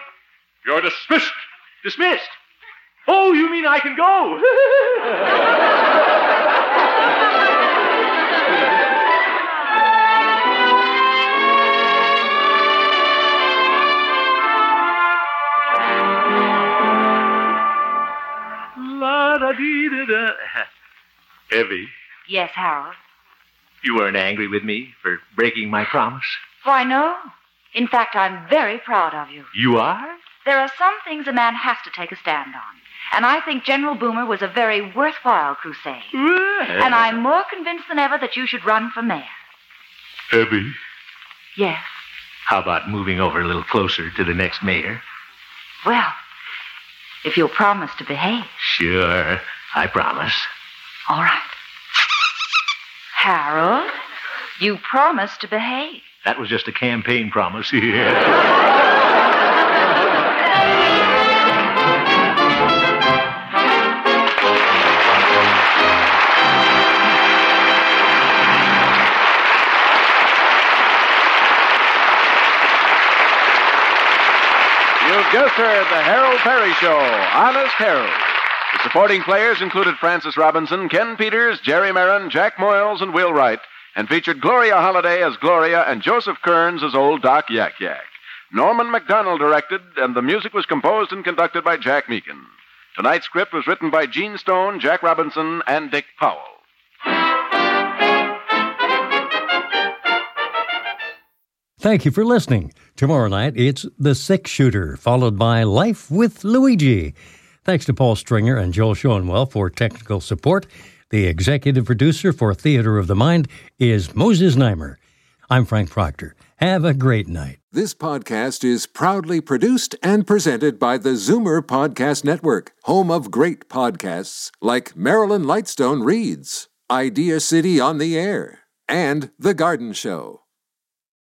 Speaker 19: you're dismissed.
Speaker 13: Dismissed? Oh, you mean I can go? [laughs] La da dee da da. Evie,
Speaker 15: Yes, Harold.
Speaker 13: you weren't angry with me for breaking my promise.
Speaker 15: Why, no. In fact, I'm very proud of you.
Speaker 13: You are?
Speaker 15: There are some things a man has to take a stand on. And I think General Boomer was a very worthwhile crusade. And I'm more convinced than ever that you should run for mayor.
Speaker 13: Evie.
Speaker 15: Yes.
Speaker 13: How about moving over a little closer to the next mayor?
Speaker 15: Well, if you'll promise to behave.
Speaker 13: Sure, I promise.
Speaker 15: All right. Harold, you promised to behave.
Speaker 13: That was just a campaign promise. [laughs] Yeah.
Speaker 12: You've just heard the Harold Perry Show, Honest Harold. The supporting players included Francis Robinson, Ken Peters, Jerry Marin, Jack Moyles, and Will Wright, and featured Gloria Holliday as Gloria and Joseph Kearns as old Doc Yak Yak. Norman MacDonald directed, and the music was composed and conducted by Jack Meakin. Tonight's script was written by Gene Stone, Jack Robinson, and Dick Powell.
Speaker 2: Thank you for listening. Tomorrow night, it's The Six Shooter, followed by Life with Luigi. Thanks to Paul Stringer and Joel Schoenwell for technical support. The executive producer for Theater of the Mind is Moses Neimer. I'm Frank Proctor. Have a great night.
Speaker 20: This podcast is proudly produced and presented by the Zoomer Podcast Network, home of great podcasts like Marilyn Lightstone Reads, Idea City on the Air, and The Garden Show.